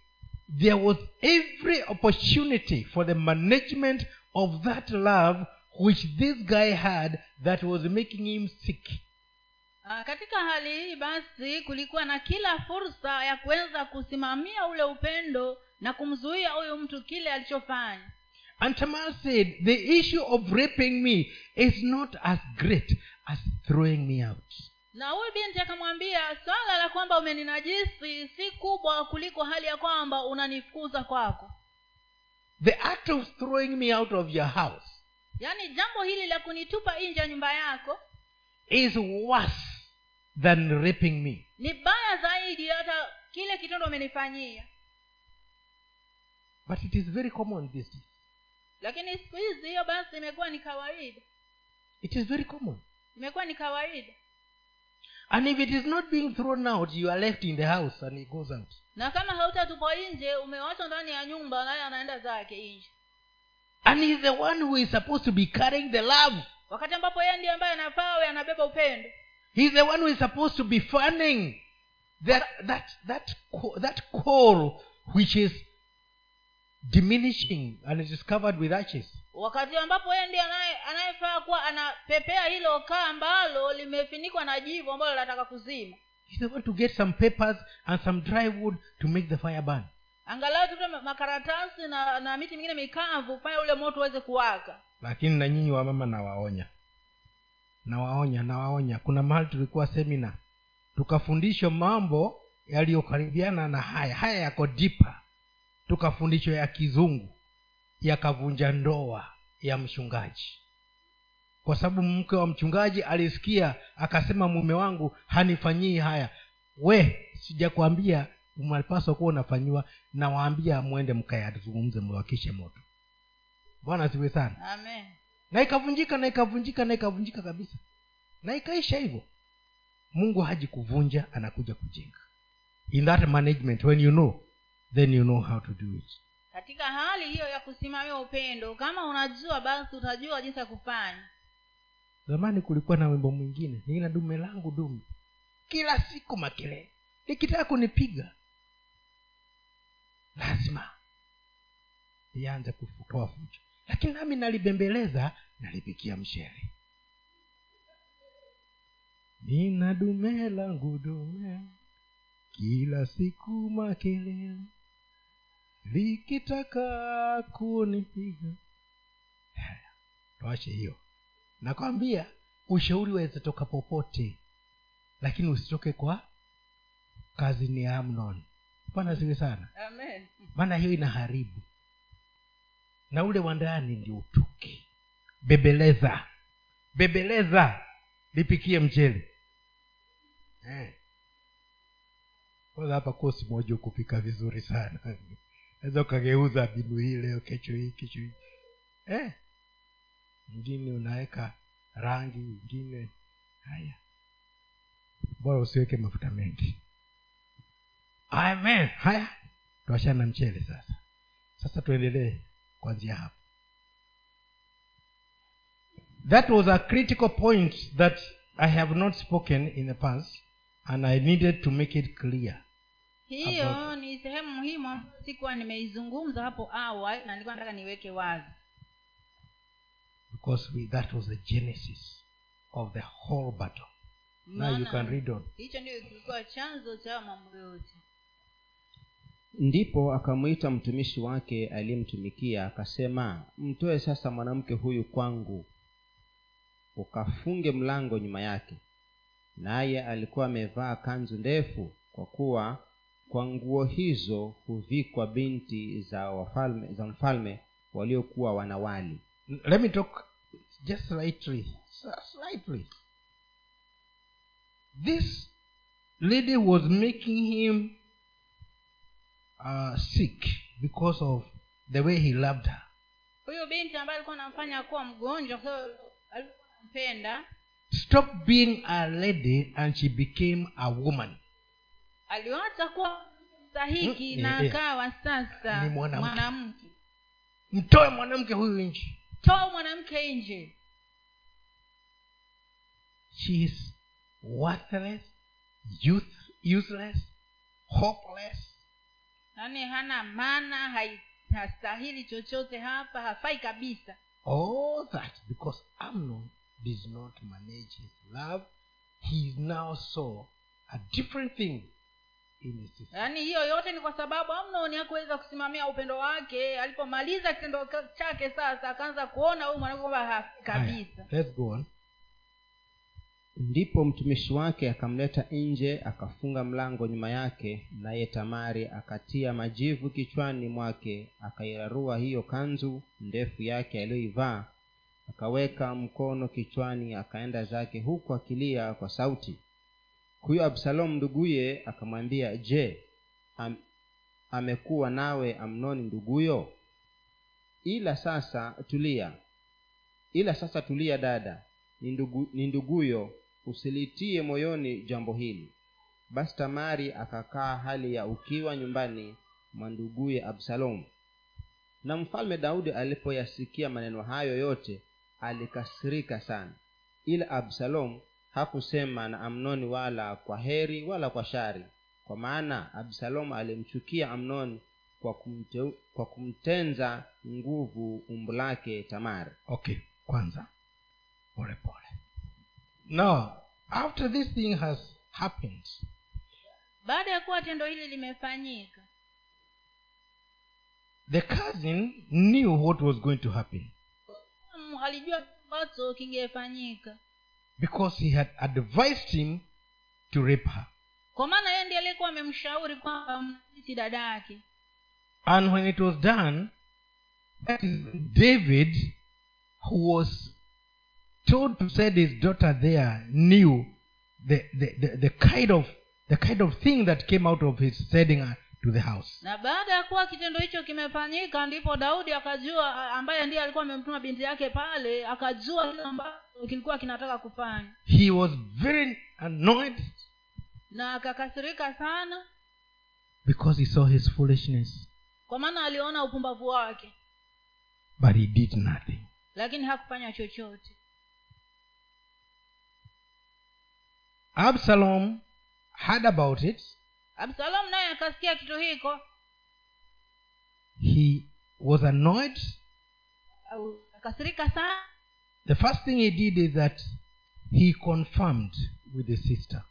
[SPEAKER 1] there was every opportunity for the management of that love which this guy had that was making him sick
[SPEAKER 2] Ah, katika hali hii basi kulikuwa na kila fursa ya kuweza kusimamia ule upendo na kumzuia huyu mtu kile alichofanya
[SPEAKER 1] And Tamar said, The issue of raping me is not as great as throwing me out.
[SPEAKER 2] na huyu binti akamwambia swala la kwamba umeninajisi si kubwa kuliko hali ya kwamba unanifukuza kwako
[SPEAKER 1] The act of throwing me out of your house
[SPEAKER 2] yaani jambo hili la kunitupa nje ya nyumba yako
[SPEAKER 1] is worse than raping me.
[SPEAKER 2] ni baya zaidi hata kile kitendo umenifanyia
[SPEAKER 1] But it is very common these days.
[SPEAKER 2] lakini siku hizi hiyo basi imekuwa ni kawaida
[SPEAKER 1] It is very common.
[SPEAKER 2] imekuwa ni kawaida
[SPEAKER 1] And if it is not being thrown out, you are left in the house and he goes out.
[SPEAKER 2] na kama hautatupwa nje umewachwa ndani ya nyumba naye anaenda zake nje
[SPEAKER 1] and he's the one who is supposed to be carrying the love
[SPEAKER 2] wakati ambapo yeye ndiye ambaye anafaa awe anabeba upendo
[SPEAKER 1] he's the one who is supposed to be fanning that that that co- that coal which is diminishing and it is covered with ashes
[SPEAKER 2] wakati ambapo yeye ndiye anaye- anayefaa kuwa anapepea hilo kaa ambalo limefinikwa na jivu ambalo linataka kuzima
[SPEAKER 1] he's the one to get some papers and some dry wood to make the fire burn
[SPEAKER 2] angalau tute ma- makaratasi na na miti mingine mikavu kufanya ule moto uweze kuwaka
[SPEAKER 1] lakini na nyinyi wamama nawaonya nawaonya nawaonya kuna mahali tulikuwa semina tukafundishwa mambo yaliyokaribiana na haya haya yako dipa tukafundishwa ya kizungu yakavunja ndoa ya mchungaji kwa sababu mke wa mchungaji alisikia akasema mume wangu hanifanyii haya we sijakwambia unapaswa kuwa unafanyiwa nawaambia mwende mkayazungumze mwakishe moto bwana ziwe sana
[SPEAKER 2] amen
[SPEAKER 1] na ikavunjika na ikavunjika na ikavunjika kabisa na ikaisha hivyo mungu haji kuvunja anakuja kujenga in that management when you know then you know how to do it
[SPEAKER 2] katika hali hiyo ya kusimamia upendo kama unajua basi utajua jinsi ya kufanya
[SPEAKER 1] zamani kulikuwa na wimbo mwingine nina dume langu dume kila siku makelele likitaka kunipiga lazima lianze kutoa fujo lakini nami nalibembeleza nalipikia mshere nina dume langu dume kila siku makelele likitaka kunipiga Haya, toashe hiyo nakwambia ushauri wawezatoka popote lakini usitoke kwa kazini ya amnon pana ziwe sana
[SPEAKER 2] amen
[SPEAKER 1] maana hiyo inaharibu na ule wa ndani ndio utoke bebeleza bebeleza lipikie mchele eh. kwanza hapa kosi moja kupika vizuri sana naweza ukageuza binu hii leo kesho hii kesho hii eh. mwingine unaweka rangi ingine haya bora usiweke mafuta mengi amen haya tuachane na mchele sasa sasa tuendelee kuanzia hapo that was a critical point that i have not spoken in the past and i needed to make it clear
[SPEAKER 2] hiyo
[SPEAKER 1] About-
[SPEAKER 2] ni sehemu muhimu ambayo sikuwa nimeizungumza hapo awali na nilikuwa nataka niweke wazi
[SPEAKER 1] because we, that was the genesis of the whole battle now you
[SPEAKER 2] Maana-
[SPEAKER 1] can read on
[SPEAKER 2] hicho ndio kilikuwa chanzo cha mambo yote
[SPEAKER 3] ndipo akamwita mtumishi wake aliyemtumikia akasema mtoe sasa mwanamke huyu kwangu ukafunge mlango nyuma yake naye alikuwa amevaa kanzu ndefu kwa kuwa kwa nguo hizo huvikwa binti za wafalme za mfalme waliokuwa wanawali
[SPEAKER 1] let me talk just slightly s- slightly this lady was making him uh, sick because of the way he loved her
[SPEAKER 2] huyu binti ambaye alikuwa anamfanya kuwa mgonjwa kwa sababu alikuwa anampenda
[SPEAKER 1] stop being a lady and she became a woman
[SPEAKER 2] aliwacha kuwa stahiki
[SPEAKER 1] Mm,
[SPEAKER 2] na
[SPEAKER 1] yeah.
[SPEAKER 2] akawa sasa
[SPEAKER 1] Ni mwanamke.
[SPEAKER 2] mwanamke
[SPEAKER 1] mtoe mwanamke huyu nchi
[SPEAKER 2] toa mwanamke nje
[SPEAKER 1] she is worthless youth, useless hopeless
[SPEAKER 2] yaani hana maana hai- hastahili chochote hapa hafai kabisa
[SPEAKER 1] all that because Amnon did not manage his love. He now saw a different thing in his sister.
[SPEAKER 2] yaani hiyo yote ni kwa sababu amnoni hakuweza kusimamia upendo wake alipomaliza kitendo ka- chake sasa akaanza kuona huyu mwanamke kwamba hafai kabisa
[SPEAKER 1] Haya, Ah, Let's go on.
[SPEAKER 3] ndipo mtumishi wake akamleta nje akafunga mlango nyuma yake naye tamari akatia majivu kichwani mwake akairarua hiyo kanzu ndefu yake aliyoivaa akaweka mkono kichwani akaenda zake huku akilia kwa sauti huyo absalomu nduguye akamwambia je am, amekuwa nawe amnoni nduguyo ila sasa tulia ila sasa tulia dada ni ndugu- ni nduguyo usilitie moyoni jambo hili basi tamari akakaa hali ya ukiwa nyumbani mwa nduguye absalomu na mfalme daudi alipoyasikia maneno hayo yote alikasirika sana ila absalomu hakusema na amnoni wala kwa heri wala kwa shari kwa maana absalomu alimchukia amnoni kwa, kumte, kwa kumtenza nguvu umbu lake tamari
[SPEAKER 1] okay kwanza pole pole now after this thing has happened
[SPEAKER 2] baada ya kuwa tendo hili limefanyika
[SPEAKER 1] the cousin knew what was going to happen
[SPEAKER 2] mm, alijua ambacho kingefanyika
[SPEAKER 1] because he had advised him to rape her
[SPEAKER 2] kwa maana yeye ndiye aliyekuwa amemshauri kwamba miti dada yake
[SPEAKER 1] and when it was done that is david who was told to send his daughter there knew the, the, the, the kind of the kind of thing that came out of his sending her to the house
[SPEAKER 2] na baada ya kuwa kitendo hicho kimefanyika ndipo daudi akajua a- ambaye ndiye alikuwa amemtuma binti yake pale akajua kile ambacho kilikuwa kinataka kufanya
[SPEAKER 1] he was very annoyed
[SPEAKER 2] na akakasirika sana
[SPEAKER 1] because he saw his foolishness
[SPEAKER 2] kwa maana aliona upumbavu wake
[SPEAKER 1] but he did nothing
[SPEAKER 2] lakini hakufanya chochote
[SPEAKER 1] absalom heard about it
[SPEAKER 2] absalomu naye akasikia kitu hiko
[SPEAKER 1] he was annoyed
[SPEAKER 2] au- akasirika sana
[SPEAKER 1] the first thing he did is that he confirmed with his sister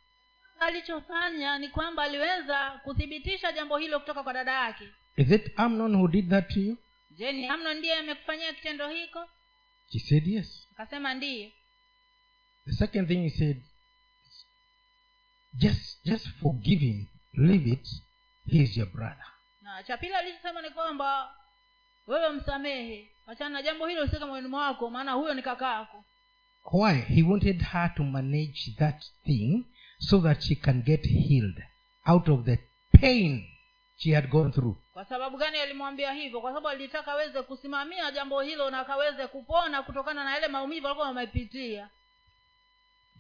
[SPEAKER 2] alichofanya ni kwamba aliweza kuthibitisha jambo hilo kutoka kwa dada yake
[SPEAKER 1] is it amnon who did that to you
[SPEAKER 2] je ni amno ndiye amekufanyia kitendo hiko
[SPEAKER 1] she said yes
[SPEAKER 2] akasema ndiye
[SPEAKER 1] the second thing he said just just forgive him leave it he is your brother
[SPEAKER 2] na cha pili alichosema ni kwamba wewe msamehe wachana na jambo hilo usika moyoni mwako maana huyo ni kakaako
[SPEAKER 1] why he wanted her to manage that thing so that she can get healed out of the pain she had gone through
[SPEAKER 2] kwa sababu gani alimwambia hivyo kwa sababu alitaka aweze kusimamia jambo hilo na akaweze kupona kutokana na yale maumivu alikuwa wamepitia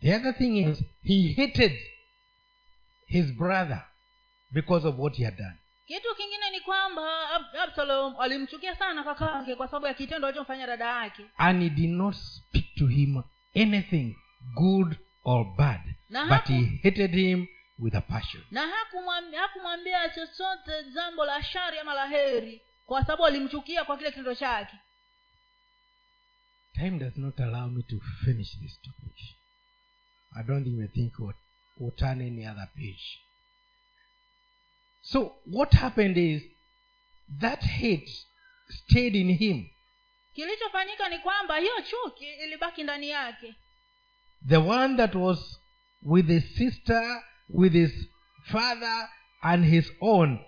[SPEAKER 1] the other thing is he hated his brother because of what he had done
[SPEAKER 2] kitu kingine ni kwamba Ab- absalom alimchukia sana kakake kwa sababu ya kitendo alichomfanya dada yake
[SPEAKER 1] and he did not speak to him anything good or bad
[SPEAKER 2] na
[SPEAKER 1] but
[SPEAKER 2] haku,
[SPEAKER 1] he hated him with a passion
[SPEAKER 2] na hakumwam- hakumwambia chochote jambo la shari ama la heri kwa sababu alimchukia kwa kile kitendo chake
[SPEAKER 1] time does not allow me to finish this topic i don't even think we'll, we'll turn any other page so what happened is that hate stayed in him
[SPEAKER 2] kilichofanyika ni kwamba hiyo chuki ilibaki ndani yake
[SPEAKER 1] the one that was with his sister with his father and his own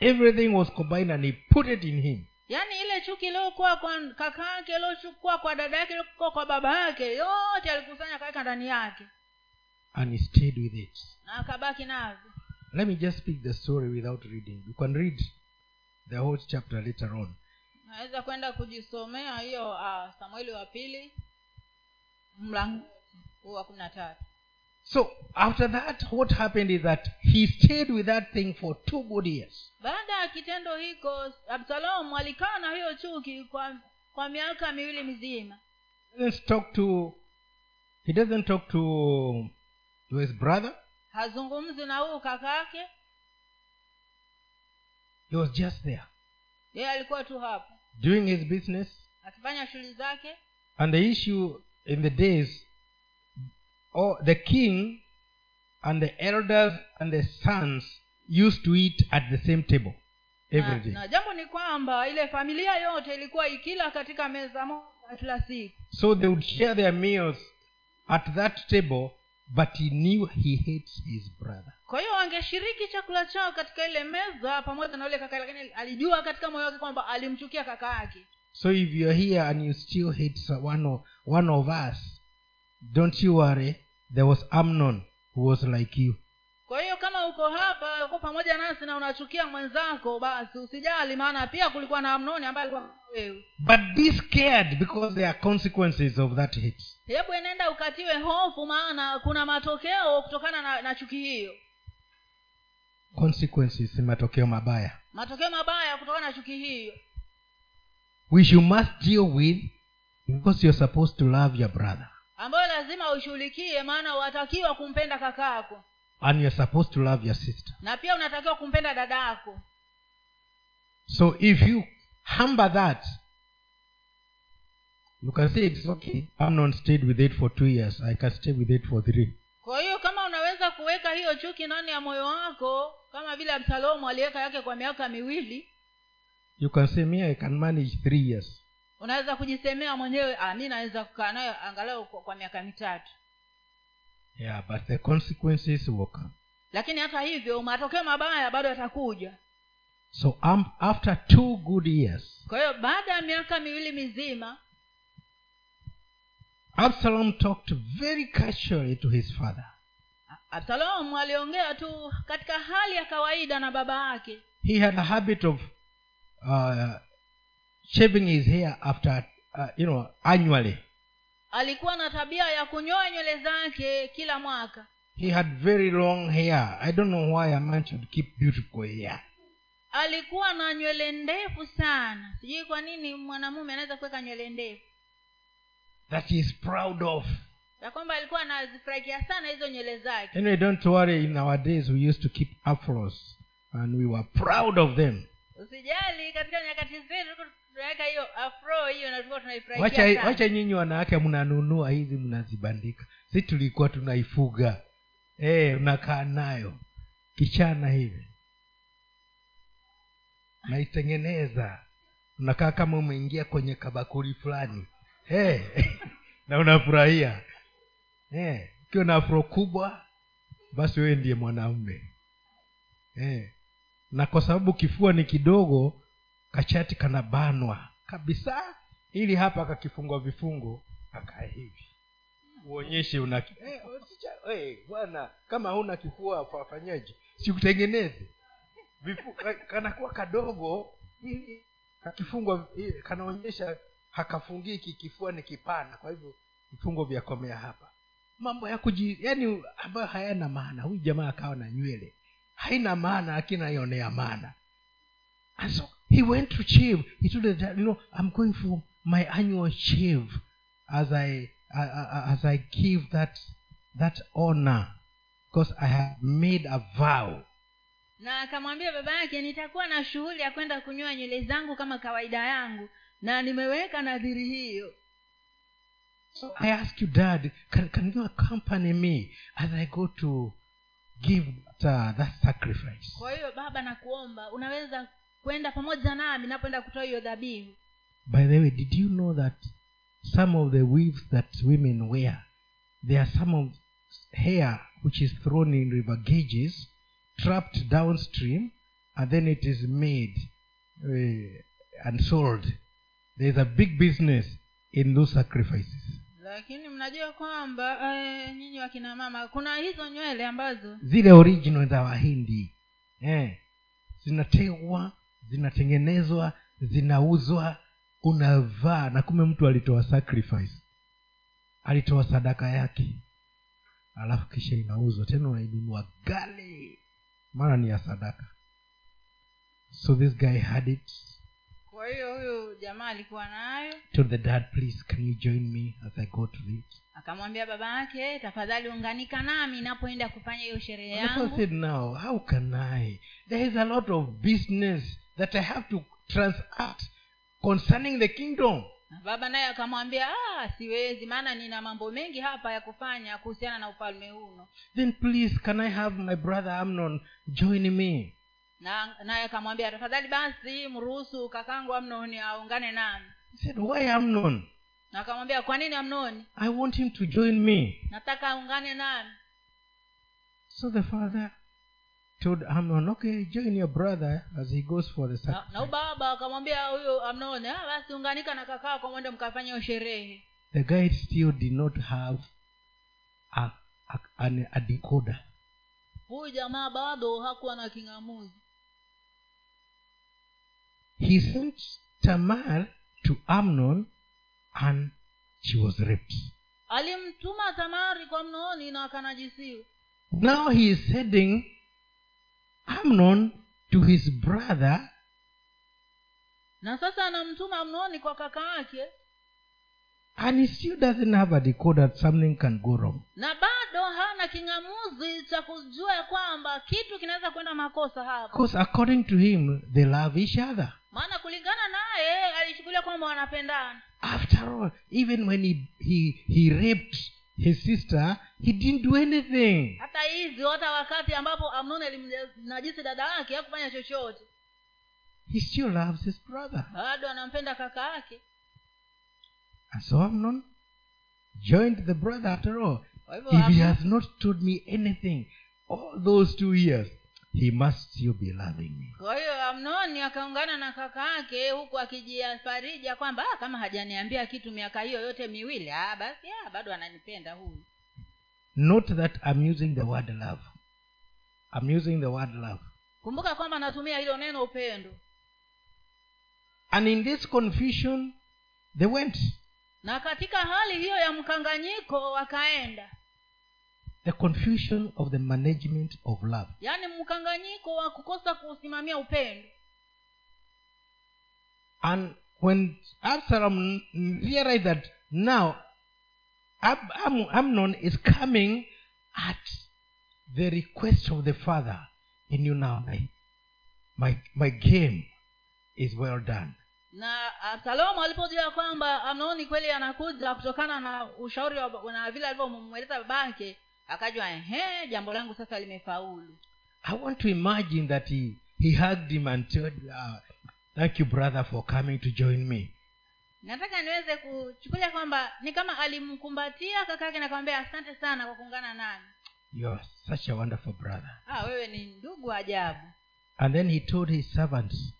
[SPEAKER 1] everything was combined and he put it in him
[SPEAKER 2] yaani ile chuki iliyokuwa kwa kaka yake iliyochukua kwa dada yake iliyokuwa kwa baba yake yote alikusanya akaweka ndani yake
[SPEAKER 1] and he stayed with it
[SPEAKER 2] na akabaki navyo
[SPEAKER 1] let me just speak the story without reading you can read the whole chapter later on
[SPEAKER 2] naweza kwenda kujisomea hiyo uh, samueli wa pili mlango huu wa kumi na tatu
[SPEAKER 1] So after that, what happened is that he stayed with that thing for two good years.
[SPEAKER 2] baada ya kitendo hiko absalomu alikaa na hiyo chuki kwa kwa miaka miwili mizima
[SPEAKER 1] He doesn't talk to he doesn't talk to to his brother.
[SPEAKER 2] hazungumzi na huu kakake
[SPEAKER 1] He was just there
[SPEAKER 2] yeye alikuwa tu hapo
[SPEAKER 1] doing his business.
[SPEAKER 2] akifanya shughuli zake
[SPEAKER 1] And the issue in the days or the king and the elders and the sons used to eat at the same table every
[SPEAKER 2] na,
[SPEAKER 1] day.
[SPEAKER 2] na jambo ni kwamba ile familia yote ilikuwa ikila katika meza moja kila siku
[SPEAKER 1] So they would share their meals at that table, but he knew he hates his brother.
[SPEAKER 2] kwa hiyo wangeshiriki chakula chao katika ile meza pamoja na yule kaka lakini alijua katika moyo wake kwamba alimchukia kaka yake
[SPEAKER 1] So if you're here and you still hate so- one of, one of us, don't you worry. There was Amnon who was like you.
[SPEAKER 2] kwa hiyo kama uko hapa uko pamoja nasi na unachukia mwenzako basi usijali maana pia kulikuwa na amnoni ambaye alikuwa kama wewe
[SPEAKER 1] But be scared because there are consequences of that hate.
[SPEAKER 2] hebu enenda ukatiwe hofu maana kuna matokeo kutokana na, na chuki hiyo
[SPEAKER 1] Consequences ni matokeo mabaya.
[SPEAKER 2] matokeo mabaya kutokana na chuki hiyo
[SPEAKER 1] which you must deal with because you're supposed to love your brother
[SPEAKER 2] ambayo lazima uishughulikie maana watakiwa kumpenda kakaako
[SPEAKER 1] and you're supposed to love your sister
[SPEAKER 2] na pia unatakiwa kumpenda dada yako
[SPEAKER 1] so if you hamper that you can say it's okay amnon stayed with it for two years i can stay with it for three
[SPEAKER 2] kwa hiyo kama unaweza kuweka hiyo chuki ndani ya moyo wako kama vile absalomu aliweka yake kwa miaka miwili
[SPEAKER 1] you can say me i can manage three years
[SPEAKER 2] unaweza kujisemea mwenyewe ah, mi naweza kukaa nayo angalau kwa, kwa miaka mitatu
[SPEAKER 1] yeah but the consequences will come
[SPEAKER 2] lakini hata hivyo matokeo mabaya bado yatakuja
[SPEAKER 1] so um, after two good years
[SPEAKER 2] kwa hiyo baada ya miaka miwili mizima
[SPEAKER 1] absalom talked very casually to his father
[SPEAKER 2] A- absalomu aliongea tu katika hali ya kawaida na baba yake
[SPEAKER 1] he had a habit of uh, shaving his hair after uh, you know annually
[SPEAKER 2] alikuwa na tabia ya kunyoa nywele zake kila mwaka
[SPEAKER 1] he had very long hair i don't know why a man should keep beautiful hair
[SPEAKER 2] alikuwa na nywele ndefu sana sijui kwa nini mwanamume anaweza kuweka nywele ndefu
[SPEAKER 1] that he is proud of
[SPEAKER 2] ya kwamba alikuwa anazifurahikia sana hizo nywele zake
[SPEAKER 1] anyway don't worry in our days we used to keep afros and we were proud of them
[SPEAKER 2] usijali katika nyakati zetu tulikuwa tunaweka hiyo afro hiyo na tulikuwa
[SPEAKER 1] wacha
[SPEAKER 2] tunaifurahikia sana.
[SPEAKER 1] wacha nyinyi wanawake mnanunua hizi mnazibandika si tulikuwa tunaifuga Eh, unakaa nayo kichana hivi naitengeneza unakaa kama umeingia kwenye kabakuli fulani Eh, na unafurahia Eh, ukiwa na afro kubwa basi wewe ndiye mwanaume eh. na kwa sababu kifua ni kidogo kachati kanabanwa kabisa ili hapa kakifungwa vifungo akae hivi uonyeshe una eh, usicha- eh, bwana kama huna kifua fafanyaje sikutengeneze Vifu- ka- kanakuwa kadogo ili kakifungwa eh, kanaonyesha hakafungiki kifua ni kipana kwa hivyo vifungo vyakomea hapa mambo ya kuji yani ambayo hayana maana huyu jamaa akawa na nywele haina maana lakini aionea maana and so he went to shave he told us that, you know i'm going for my annual shave as i a- a- as i give that that honor because i have made a vow
[SPEAKER 2] na akamwambia baba yake nitakuwa na shughuli ya kwenda kunyoa nywele zangu kama kawaida yangu na nimeweka nadhiri hiyo
[SPEAKER 1] so i ask you dad can, can you accompany me as i go to give uh, that sacrifice
[SPEAKER 2] kwa hiyo baba nakuomba unaweza kwenda pamoja nami napoenda kutoa hiyo dhabihu
[SPEAKER 1] By the way, did you know that some of the weaves that women wear, there are some of hair which is thrown in river gauges, trapped downstream, and then it is made uh, and sold. There is a big business in those sacrifices.
[SPEAKER 2] lakini mnajua kwamba eh, nyinyi wakina mama kuna hizo nywele ambazo
[SPEAKER 1] zile original za wahindi eh, zinategwa zinatengenezwa zinauzwa unavaa na kumbe mtu alitoa sacrifice alitoa sadaka yake alafu kisha inauzwa tena unainunua gali maana ni ya sadaka so this guy had it
[SPEAKER 2] kwa hiyo huyu jamaa alikuwa nayo
[SPEAKER 1] to the dad please can you join me as i go to it
[SPEAKER 2] akamwambia baba yake tafadhali unganika nami napoenda kufanya hiyo sherehe
[SPEAKER 1] And the person
[SPEAKER 2] yangu
[SPEAKER 1] said, now, how can I? There is a lot of business that I have to transact concerning the kingdom.
[SPEAKER 2] Na baba naye akamwambia "Ah, siwezi maana nina mambo mengi hapa ya kufanya kuhusiana na ufalme huno
[SPEAKER 1] Then please, can I have my brother Amnon join me?
[SPEAKER 2] na naye akamwambia tafadhali basi mruhusu kakangu amnoni aungane nami
[SPEAKER 1] He said, why Amnon?
[SPEAKER 2] na akamwambia kwa nini amnoni
[SPEAKER 1] I want him to join me.
[SPEAKER 2] nataka aungane nami
[SPEAKER 1] So the father told Amnon, okay, join your brother as he goes for the
[SPEAKER 2] na, na huyu
[SPEAKER 1] sacrifice.
[SPEAKER 2] baba akamwambia huyo amnoni ah, basi unganika na kakako mwende mkafanya hiyo sherehe
[SPEAKER 1] The guy still did not have a, a, an, a decoder.
[SPEAKER 2] huyu jamaa bado hakuwa na king'amuzi
[SPEAKER 1] He sent Tamar to Amnon and she was raped.
[SPEAKER 2] alimtuma tamari kwa mnooni na akanajisiwa
[SPEAKER 1] Now he is sending Amnon to his brother
[SPEAKER 2] na sasa anamtuma amnoni kwa kaka yake
[SPEAKER 1] and he still doesn't have a decode that something can go wrong
[SPEAKER 2] na bado hana king'amuzi cha kujua ya kwamba kitu kinaweza kwenda makosa hapa
[SPEAKER 1] because according to him they love each other
[SPEAKER 2] maana kulingana naye alichukulia kwamba wanapendana
[SPEAKER 1] after all even when he he, he raped his sister he didn't do anything
[SPEAKER 2] hata hivyo hata wakati ambapo amnoni alimnajisi dada yake hakufanya chochote
[SPEAKER 1] he still loves his brother
[SPEAKER 2] bado anampenda kaka yake
[SPEAKER 1] and so amnon joined the brother after all
[SPEAKER 2] kwa hivyo
[SPEAKER 1] if he
[SPEAKER 2] Amnoni-
[SPEAKER 1] has not told me anything all those two years he must still be loving me
[SPEAKER 2] kwa hiyo amnoni akaungana na kaka yake huku akijifarija kwamba "Ah, kama hajaniambia kitu miaka hiyo yote miwili ah, basi ah, bado ananipenda huyu
[SPEAKER 1] note that i'm using the word love i'm using the word love
[SPEAKER 2] kumbuka kwamba anatumia hilo neno upendo
[SPEAKER 1] and in this confusion they went
[SPEAKER 2] na katika hali hiyo ya mkanganyiko wakaenda
[SPEAKER 1] the confusion of the management of love
[SPEAKER 2] yaani mkanganyiko wa kukosa kuusimamia upendo
[SPEAKER 1] And when Absalom realized that now Ab- Am- Amnon is coming at the request of the father, he knew now my, my, my game is well done.
[SPEAKER 2] na absalomu alipojua kwamba amnoni kweli anakuja kutokana na ushauri wa na vile alivyomweleza babake akajua ehe jambo langu sasa limefaulu
[SPEAKER 1] I want to imagine that he, he hugged him and said, uh, Thank you, brother, for coming to join me.
[SPEAKER 2] nataka niweze kuchukulia kwamba ni kama alimkumbatia kakake na kumwambia asante sana kwa kuungana nami
[SPEAKER 1] You are such a wonderful brother.
[SPEAKER 2] ah, wewe ni ndugu wa ajabu
[SPEAKER 1] And then he told his servants,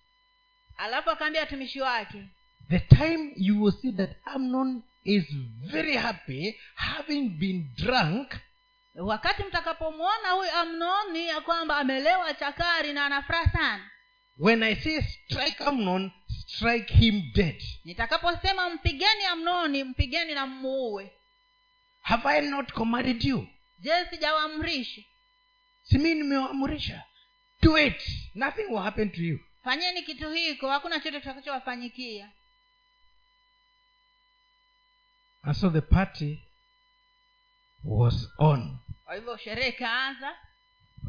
[SPEAKER 2] alafu akaambia watumishi wake
[SPEAKER 1] the time you will see that Amnon is very happy having been drunk,
[SPEAKER 2] wakati mtakapomwona huyu amnoni ya kwamba amelewa chakari na anafuraha sana
[SPEAKER 1] when I say strike Amnon, strike him dead.
[SPEAKER 2] nitakaposema mpigeni amnoni mpigeni na mmuue
[SPEAKER 1] Have I not commanded you?
[SPEAKER 2] je sijawaamrishi
[SPEAKER 1] Si mimi nimewaamrisha. Do it. Nothing will happen to you.
[SPEAKER 2] fanyeni kitu hiko hakuna chote tutakachowafanyikia
[SPEAKER 1] And so the party was on.
[SPEAKER 2] kwa hivyo sherehe ikaanza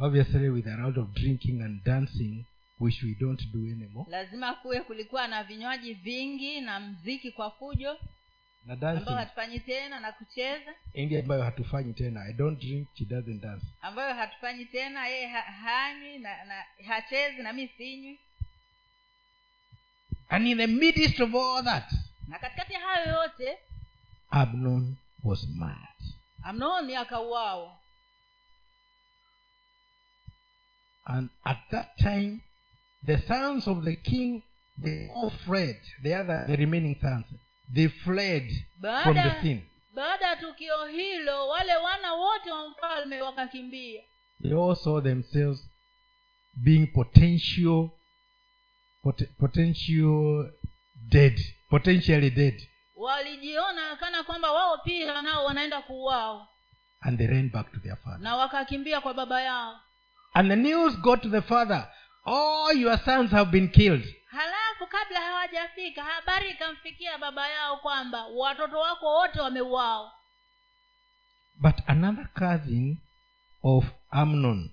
[SPEAKER 1] Obviously with a round of drinking and dancing, which we don't do anymore.
[SPEAKER 2] lazima kuwe kulikuwa na vinywaji vingi na mziki kwa fujo
[SPEAKER 1] Na
[SPEAKER 2] ambao
[SPEAKER 1] dancing,
[SPEAKER 2] hatufanyi tena na kucheza
[SPEAKER 1] India ambayo hatufanyi tena. I don't drink, she doesn't dance.
[SPEAKER 2] ambayo hatufanyi tena yeye ha- hanywi na, na hachezi na mi sinywi
[SPEAKER 1] And in the midst of all that,
[SPEAKER 2] na katikati ya hayo yote
[SPEAKER 1] Amnon was mad.
[SPEAKER 2] amnoni akauawa
[SPEAKER 1] And at that time, the sons of the king, they all fled. The other, the remaining sons, they fled from the
[SPEAKER 2] baada
[SPEAKER 1] scene.
[SPEAKER 2] baada ya tukio hilo wale wana wote wa mfalme wakakimbia
[SPEAKER 1] They all saw themselves being potential, pot- potential dead, potentially dead,
[SPEAKER 2] walijiona kana kwamba wao pia nao wanaenda kuuawa
[SPEAKER 1] and they ran back to their father.
[SPEAKER 2] na wakakimbia kwa baba yao
[SPEAKER 1] And the news got to the father: All your sons have been killed.
[SPEAKER 2] halafu kabla hawajafika habari ikamfikia baba yao kwamba watoto wako wote wameuawa
[SPEAKER 1] But another cousin of Amnon,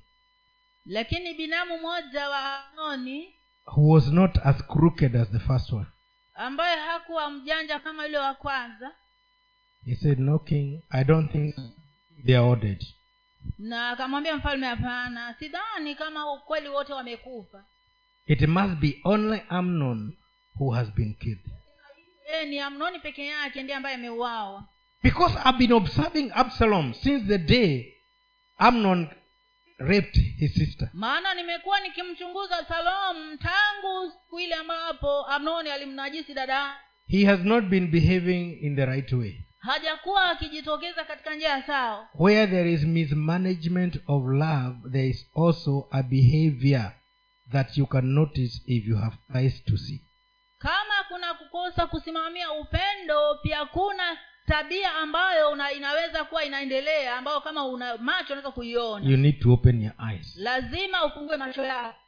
[SPEAKER 2] lakini binamu mmoja wa amnoni
[SPEAKER 1] who was not as crooked as the first one,
[SPEAKER 2] ambaye hakuwa mjanja kama yule wa kwanza
[SPEAKER 1] He said, No, king, I don't think they are all dead.
[SPEAKER 2] na akamwambia mfalme hapana sidhani kama ukweli wote wamekufa
[SPEAKER 1] It must be only Amnon who has been killed.
[SPEAKER 2] e, ni amnoni peke yake ndiye ambaye ameuawa
[SPEAKER 1] Because I've been observing Absalom since the day Amnon raped his sister.
[SPEAKER 2] maana nimekuwa nikimchunguza salom tangu siku ile ambapo amnoni alimnajisi dada
[SPEAKER 1] He has not been behaving in the right way.
[SPEAKER 2] hajakuwa akijitokeza katika njia ya sawa
[SPEAKER 1] Where there is mismanagement of love, there is also a behavior that you can notice if you have eyes to see.
[SPEAKER 2] kama kuna kukosa kusimamia upendo pia kuna tabia ambayo una, inaweza kuwa inaendelea ambayo kama una macho unaweza kuiona
[SPEAKER 1] You need to open your eyes.
[SPEAKER 2] lazima ufungue macho yako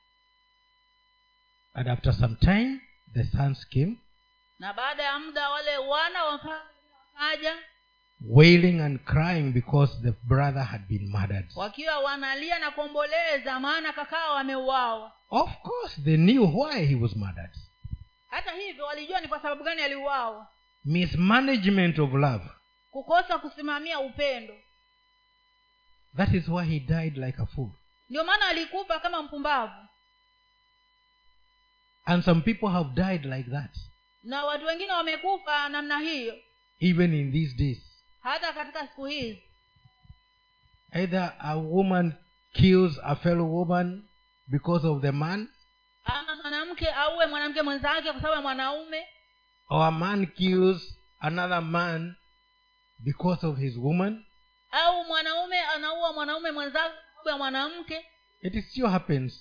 [SPEAKER 1] And after some time, the sons came
[SPEAKER 2] na baada ya muda wale wana wa mfalme wakaja
[SPEAKER 1] wailing and crying because the brother had been murdered
[SPEAKER 2] wakiwa wanalia na kuomboleza maana kakao wameuawa
[SPEAKER 1] of course they knew why he was murdered
[SPEAKER 2] hata hivyo walijua ni kwa sababu gani aliuawa
[SPEAKER 1] mismanagement of love
[SPEAKER 2] kukosa kusimamia upendo
[SPEAKER 1] that is why he died like a fool
[SPEAKER 2] ndio maana alikufa kama mpumbavu
[SPEAKER 1] and some people have died like that
[SPEAKER 2] na watu wengine wamekufa namna hiyo
[SPEAKER 1] even in these days
[SPEAKER 2] hata katika siku hizi
[SPEAKER 1] either a woman kills a fellow woman because of the man
[SPEAKER 2] ama mwanamke auwe mwanamke mwenzake kwa sababu ya mwanaume
[SPEAKER 1] or a man kills another man because of his woman
[SPEAKER 2] au mwanaume anaua mwanaume mwenzake kwa sababu ya mwanamke
[SPEAKER 1] it still happens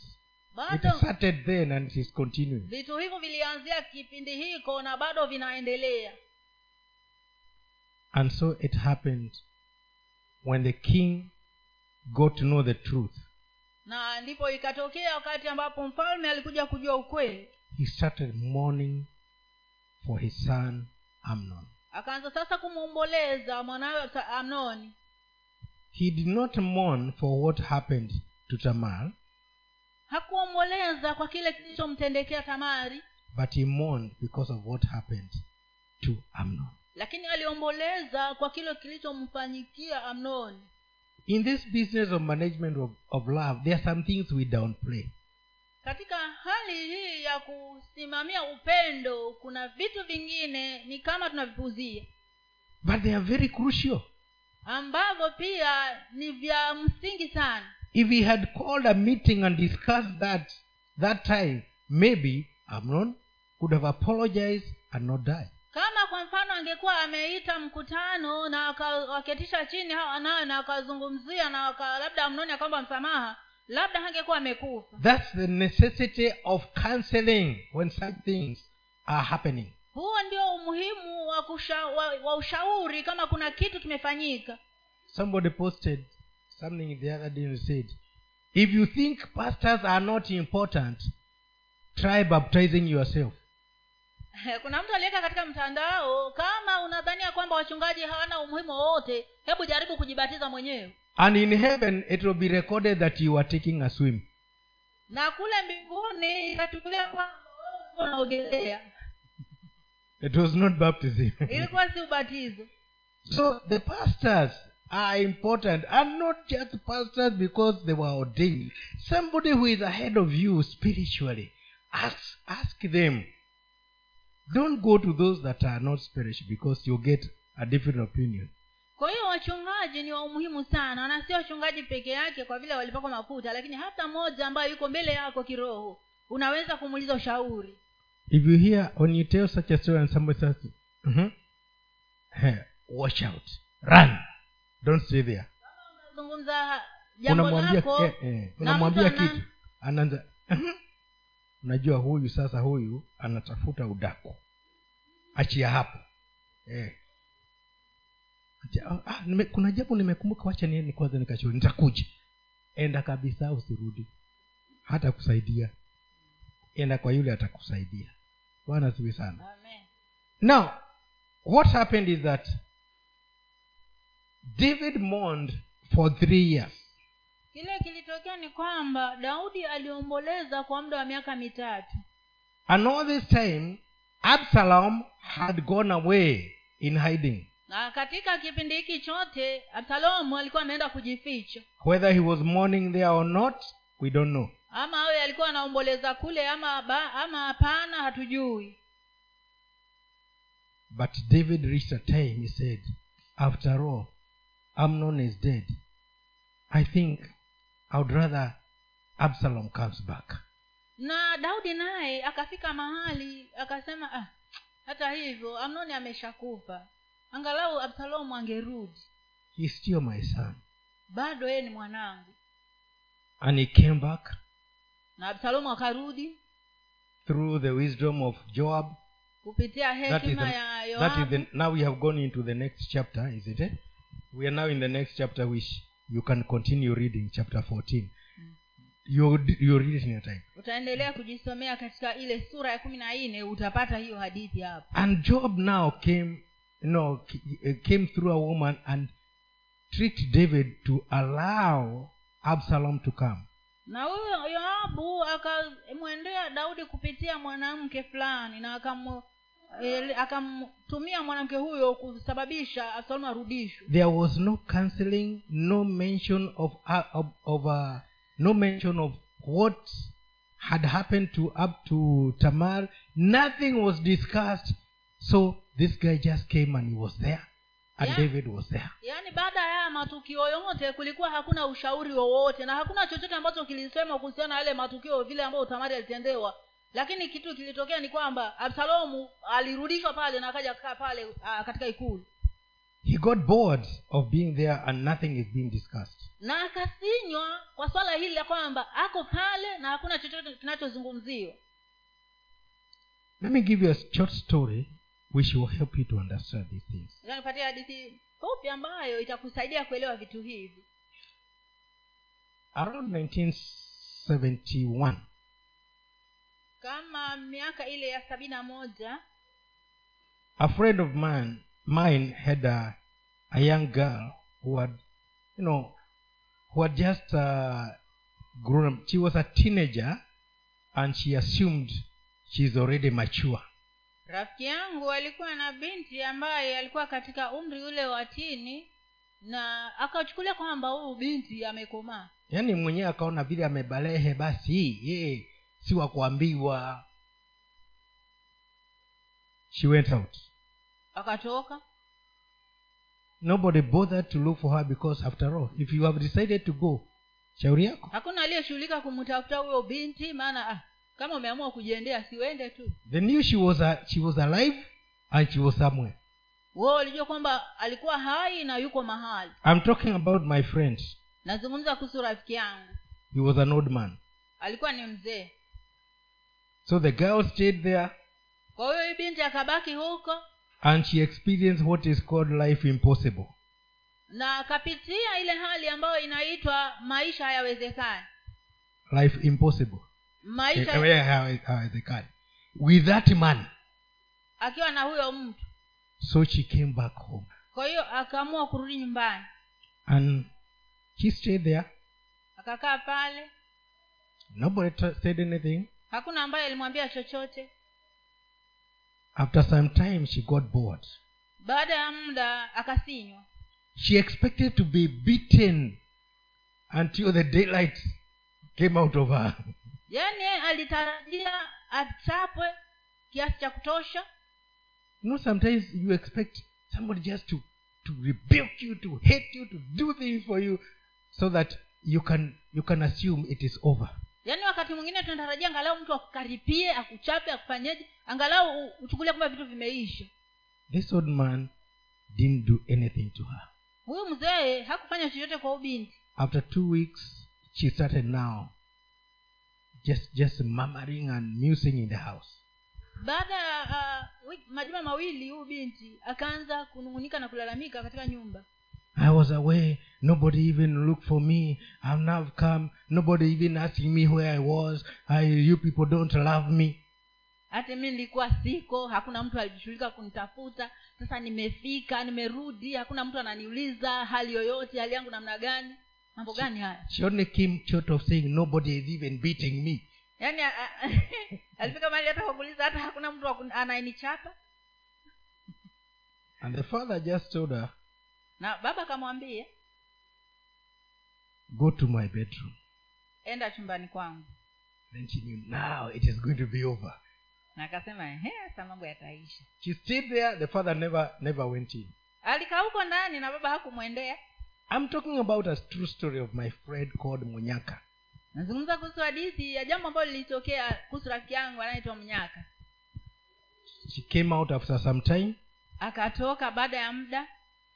[SPEAKER 1] it
[SPEAKER 2] bado
[SPEAKER 1] started then and it is continuing
[SPEAKER 2] vitu hivyo vilianzia kipindi hiko na bado vinaendelea
[SPEAKER 1] and so it happened when the king got to know the truth
[SPEAKER 2] na ndipo ikatokea wakati ambapo mfalme alikuja kujua ukweli
[SPEAKER 1] he started mourning for his son amnon
[SPEAKER 2] akaanza sasa kumwomboleza mwanawe Sa- amnoni
[SPEAKER 1] he did not mourn for what happened to tamar
[SPEAKER 2] hakuomboleza kwa kile kilichomtendekea tamari
[SPEAKER 1] but he mourned because of what happened to amnon
[SPEAKER 2] lakini aliomboleza kwa kile kilichomfanyikia amnoni
[SPEAKER 1] in this business of management of, of love there are some things we downplay
[SPEAKER 2] katika hali hii ya kusimamia upendo kuna vitu vingine ni kama tunavipuuzia
[SPEAKER 1] but they are very crucial
[SPEAKER 2] ambavyo pia ni vya msingi sana
[SPEAKER 1] if he had called a meeting and discussed that that time maybe amnon could have apologized and not died
[SPEAKER 2] kama kwa mfano angekuwa ameita mkutano na waka- waketisha chini hao wanawe na wakazungumzia na waka, labda amnoni akaomba msamaha labda hangekuwa amekufa
[SPEAKER 1] that's the necessity of counseling when such things are happening
[SPEAKER 2] huo ndio umuhimu wa, kusha, wa, wa ushauri kama kuna kitu kimefanyika
[SPEAKER 1] somebody posted something the other day and said if you think pastors are not important try baptizing yourself
[SPEAKER 2] kuna mtu aliweka katika mtandao kama unadhania kwamba wachungaji hawana umuhimu wowote hebu jaribu kujibatiza mwenyewe
[SPEAKER 1] and in heaven it will be recorded that you are taking a swim
[SPEAKER 2] na kule mbinguni ikatulia kwamba wewe unaogelea
[SPEAKER 1] it was not baptism
[SPEAKER 2] ilikuwa si ubatizo
[SPEAKER 1] so the pastors are important and not just pastors because they were ordained somebody who is ahead of you spiritually ask ask them don't go to those that are not spiritual because you get a different opinion
[SPEAKER 2] kwa hiyo wachungaji ni wa umuhimu sana na sio wachungaji peke yake kwa vile walipakwa mafuta lakini hata mmoja ambaye yuko mbele yako kiroho unaweza kumuuliza ushauri
[SPEAKER 1] if you hear when you tell such a story and somebody says "Mhm," eh, watch out run don't stay there
[SPEAKER 2] unazungumza jambo
[SPEAKER 1] unamwambia
[SPEAKER 2] lako
[SPEAKER 1] eh, eh,
[SPEAKER 2] na
[SPEAKER 1] unamwambia
[SPEAKER 2] mtu ana-
[SPEAKER 1] kitu anaanza "Mhm." unajua huyu sasa huyu anatafuta udaku achia hapo eh. Achia- ah, ah, nime, kuna jambo nimekumbuka wacha nieni kwanza nikachuri nitakuja enda kabisa usirudi hata kusaidia enda kwa yule atakusaidia bwana siwe sana
[SPEAKER 2] Amen.
[SPEAKER 1] now what happened is that david mourned for three years
[SPEAKER 2] kile kilitokea ni kwamba daudi aliomboleza kwa muda wa miaka mitatu
[SPEAKER 1] And all this time, Absalom had gone away in hiding.
[SPEAKER 2] na katika kipindi hiki chote absalomu alikuwa ameenda kujificha
[SPEAKER 1] Whether he was mourning there or not, we don't know.
[SPEAKER 2] ama awe alikuwa anaomboleza kule ama ba, ama hapana hatujui
[SPEAKER 1] But David reached a time, he said, After all, Amnon is dead. I think I would rather Absalom comes back.
[SPEAKER 2] na daudi naye akafika mahali akasema ah, hata hivyo amnoni ameshakufa angalau absalomu angerudi
[SPEAKER 1] He's still my son.
[SPEAKER 2] bado yeye ni mwanangu
[SPEAKER 1] And he came back
[SPEAKER 2] na absalomu akarudi
[SPEAKER 1] through the wisdom of Joab.
[SPEAKER 2] kupitia
[SPEAKER 1] That is, the,
[SPEAKER 2] hekima ya
[SPEAKER 1] that is
[SPEAKER 2] yoabu
[SPEAKER 1] the, now we have gone into the next chapter, is it? Eh? We are now in the next chapter, which you can continue reading, chapter 14. you'll, d- you'll read it in your time
[SPEAKER 2] utaendelea kujisomea katika ile sura ya kumi na nne utapata hiyo hadithi hapo
[SPEAKER 1] and job now came you know c- eh, came through a woman and tricked david to allow absalom to come
[SPEAKER 2] na huyo yoabu akamwendea daudi kupitia mwanamke fulani na akamu- ele- akamtumia mwanamke huyo kusababisha absalomu arudishwe
[SPEAKER 1] there was no counseling no mention of uh, of, of uh, no mention of what had happened to up to tamar nothing was discussed so this guy just came and he was there and
[SPEAKER 2] Yeah.
[SPEAKER 1] david was there
[SPEAKER 2] yaani baada ya haya matukio yote kulikuwa hakuna ushauri wowote na hakuna chochote ambacho kilisema kuhusiana na yale matukio vile ambayo tamari alitendewa lakini kitu kilitokea ni kwamba absalomu alirudishwa pale na akaja kukaa pale ah, katika ikulu
[SPEAKER 1] he got bored of being there and nothing is being discussed
[SPEAKER 2] na akasinywa kwa swala hili la kwamba ako pale na hakuna chochote kinachozungumziwa
[SPEAKER 1] let me give you a short story which will help you to understand these things
[SPEAKER 2] nipatia hadithi fupi ambayo itakusaidia kuelewa vitu hivi
[SPEAKER 1] around 1971
[SPEAKER 2] kama miaka ile ya sabini na moja
[SPEAKER 1] a friend of mine mine had a, a young girl who had you know who had just uh, grown up she was a teenager and she assumed she's already mature
[SPEAKER 2] rafiki yangu alikuwa na binti ambaye alikuwa katika umri ule wa chini na akachukulia kwamba huyu binti amekomaa
[SPEAKER 1] yaani mwenyewe akaona vile amebalehe basi yeye si wa kuambiwa she went out
[SPEAKER 2] akatoka
[SPEAKER 1] nobody bothered to look for her because after all if you have decided to go shauri yako
[SPEAKER 2] hakuna aliyeshughulika kumtafuta huyo binti maana ah, kama umeamua kujiendea siwende tu
[SPEAKER 1] they knew she was, a, she was alive and she was somewhere
[SPEAKER 2] wao walijua kwamba alikuwa hai na yuko mahali
[SPEAKER 1] I'm talking about my friend.
[SPEAKER 2] nazungumza kuhusu rafiki yangu
[SPEAKER 1] He was an old man.
[SPEAKER 2] alikuwa ni mzee
[SPEAKER 1] So the girl stayed there
[SPEAKER 2] kwa hiyo hii binti akabaki huko
[SPEAKER 1] and she experienced what is called life impossible.
[SPEAKER 2] na akapitia ile hali ambayo inaitwa maisha hayawezekani
[SPEAKER 1] Life impossible. Eh,
[SPEAKER 2] maisha
[SPEAKER 1] eh, hawe- hawezekani. With that man.
[SPEAKER 2] akiwa na huyo mtu
[SPEAKER 1] So she came back home
[SPEAKER 2] kwa hiyo akaamua kurudi nyumbani
[SPEAKER 1] and she stayed there.
[SPEAKER 2] akakaa pale
[SPEAKER 1] Nobody t- said anything.
[SPEAKER 2] hakuna ambaye alimwambia chochote
[SPEAKER 1] After some time, she got bored.
[SPEAKER 2] baada ya muda akasinywa
[SPEAKER 1] She expected to be beaten until the daylight came out of her.
[SPEAKER 2] yaani yeye alitarajia achapwe kiasi cha kutosha
[SPEAKER 1] You know, sometimes you expect somebody just to, to rebuke you, to hate you, to do things for you, so that you can you can assume it is over.
[SPEAKER 2] yaani wakati mwingine tunatarajia angalau mtu akukaripie akuchape akufanyeje angalau u- uchukulie kwamba vitu vimeisha
[SPEAKER 1] This old man didn't do anything to her.
[SPEAKER 2] huyu mzee hakufanya chochote kwa huyu binti
[SPEAKER 1] After two weeks, she started now just just murmuring and musing in the house.
[SPEAKER 2] baada ya uh, wiki- majuma mawili huyu binti akaanza kunung'unika na kulalamika katika nyumba
[SPEAKER 1] I was away. Nobody even looked for me. I've now come. Nobody even asking me where I was. I, you people don't love me.
[SPEAKER 2] hata mi nilikuwa siko hakuna mtu alijishughulika kunitafuta sasa nimefika nimerudi hakuna mtu ananiuliza hali yoyote hali yangu namna gani mambo gani haya
[SPEAKER 1] She only came short of saying nobody is even beating me.
[SPEAKER 2] yaani a- a- alifika mahali hata kwa kuuliza hata hakuna mtu akun- anayenichapa
[SPEAKER 1] And the father just told her,
[SPEAKER 2] na baba akamwambia
[SPEAKER 1] Go to my bedroom.
[SPEAKER 2] enda chumbani kwangu
[SPEAKER 1] Then she knew now it is going to be over.
[SPEAKER 2] na akasema ehe sasa mambo yataisha
[SPEAKER 1] She stayed there, the father never never went in.
[SPEAKER 2] alikaa huko ndani na baba hakumwendea
[SPEAKER 1] I'm talking about a true story of my friend called Munyaka.
[SPEAKER 2] nazungumza kuhusu hadithi ya jambo ambalo lilitokea kuhusu rafiki yangu anaitwa mnyaka
[SPEAKER 1] She came out after some time
[SPEAKER 2] akatoka baada ya muda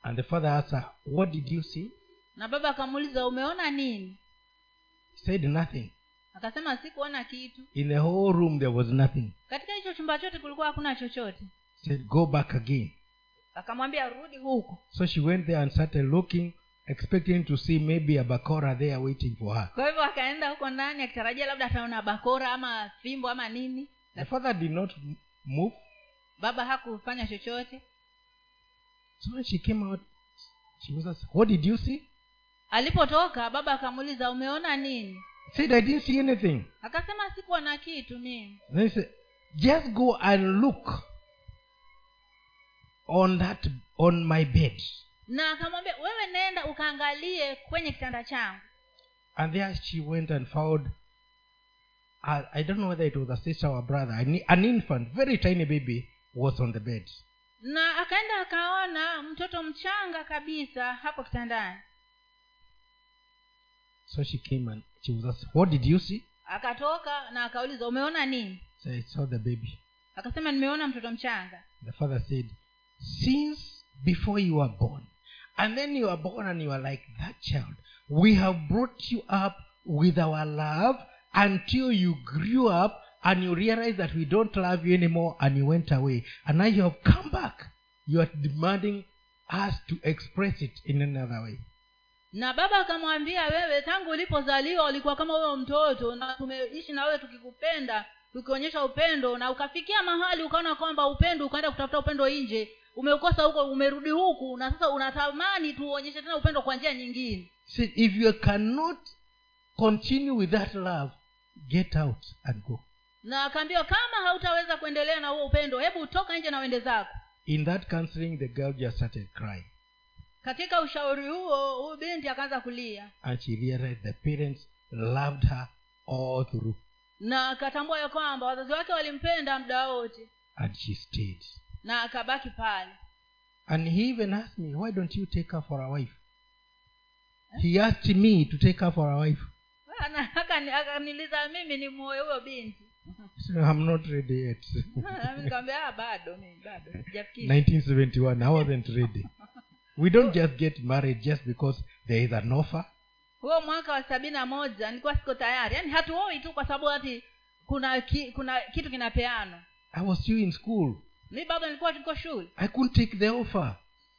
[SPEAKER 1] and the father asked her, What did you see?
[SPEAKER 2] na baba akamuuliza umeona nini
[SPEAKER 1] She said nothing.
[SPEAKER 2] akasema sikuona kitu
[SPEAKER 1] In the whole room there was nothing.
[SPEAKER 2] katika hicho chumba chote kulikuwa hakuna chochote
[SPEAKER 1] She said, Go back again.
[SPEAKER 2] akamwambia rudi huko
[SPEAKER 1] So she went there and started looking expecting to see maybe a bakora there waiting for her
[SPEAKER 2] kwa hivyo akaenda huko ndani akitarajia labda ataona bakora ama fimbo ama nini
[SPEAKER 1] the father did not m- move
[SPEAKER 2] baba hakufanya chochote
[SPEAKER 1] so when she came out she was asked, what did you see
[SPEAKER 2] alipotoka baba akamuuliza umeona nini
[SPEAKER 1] said i didn't see anything
[SPEAKER 2] akasema sikuwa na kitu mimi
[SPEAKER 1] then he said just go and look on that on my bed
[SPEAKER 2] na akamwambia wewe nenda ukaangalie kwenye kitanda changu
[SPEAKER 1] and there she went and found I i don't know whether it was a sister or a brother an an infant very tiny baby was on the bed
[SPEAKER 2] na akaenda akaona mtoto mchanga kabisa hapo kitandani
[SPEAKER 1] so she came and she was asked what did you see
[SPEAKER 2] akatoka na akauliza umeona nini
[SPEAKER 1] so i saw the baby
[SPEAKER 2] akasema nimeona mtoto mchanga
[SPEAKER 1] The father said, Since before you were born, and then you were born and you were like that child, we have brought you up with our love until you grew up and you realized that we don't love you anymore and you went away. And now you have come back. You are demanding us to express it in another way.
[SPEAKER 2] na baba akamwambia wewe tangu ulipozaliwa ulikuwa kama huyo mtoto na tumeishi na wewe tukikupenda tukionyesha upendo na ukafikia mahali ukaona kwamba upendo ukaenda kutafuta upendo nje umeukosa huko umerudi huku na sasa unatamani tuonyeshe tena upendo kwa njia nyingine
[SPEAKER 1] See, if you cannot continue with that love, get out and go.
[SPEAKER 2] na akaambiwa kama hautaweza kuendelea na huo upendo hebu toka nje na uende zako
[SPEAKER 1] In that counseling, the girl just started crying.
[SPEAKER 2] katika ushauri huo huyu binti akaanza kulia
[SPEAKER 1] and she realized the parents loved her all through
[SPEAKER 2] na akatambua ya kwamba wazazi wake walimpenda muda wote
[SPEAKER 1] and she stayed
[SPEAKER 2] na akabaki pale
[SPEAKER 1] and he even asked me why don't you take her for a wife he asked me to take her for a wife
[SPEAKER 2] Ana- akani- akaniuliza mimi ni moyo huyo binti
[SPEAKER 1] I said, i'm not ready yet
[SPEAKER 2] Na mimi nikamwambia "Ah, bado mimi bado sijafikisha
[SPEAKER 1] 1971 i wasn't ready we don't just get married just because there is an offer
[SPEAKER 2] huo mwaka wa sabini na moja nilikuwa siko tayari yaani hatuoi tu kwa sababu ati kuna ki, kuna kitu kinapeanwa
[SPEAKER 1] i was still in school
[SPEAKER 2] mi bado nilikuwa tuko shule
[SPEAKER 1] i couldn't take the offer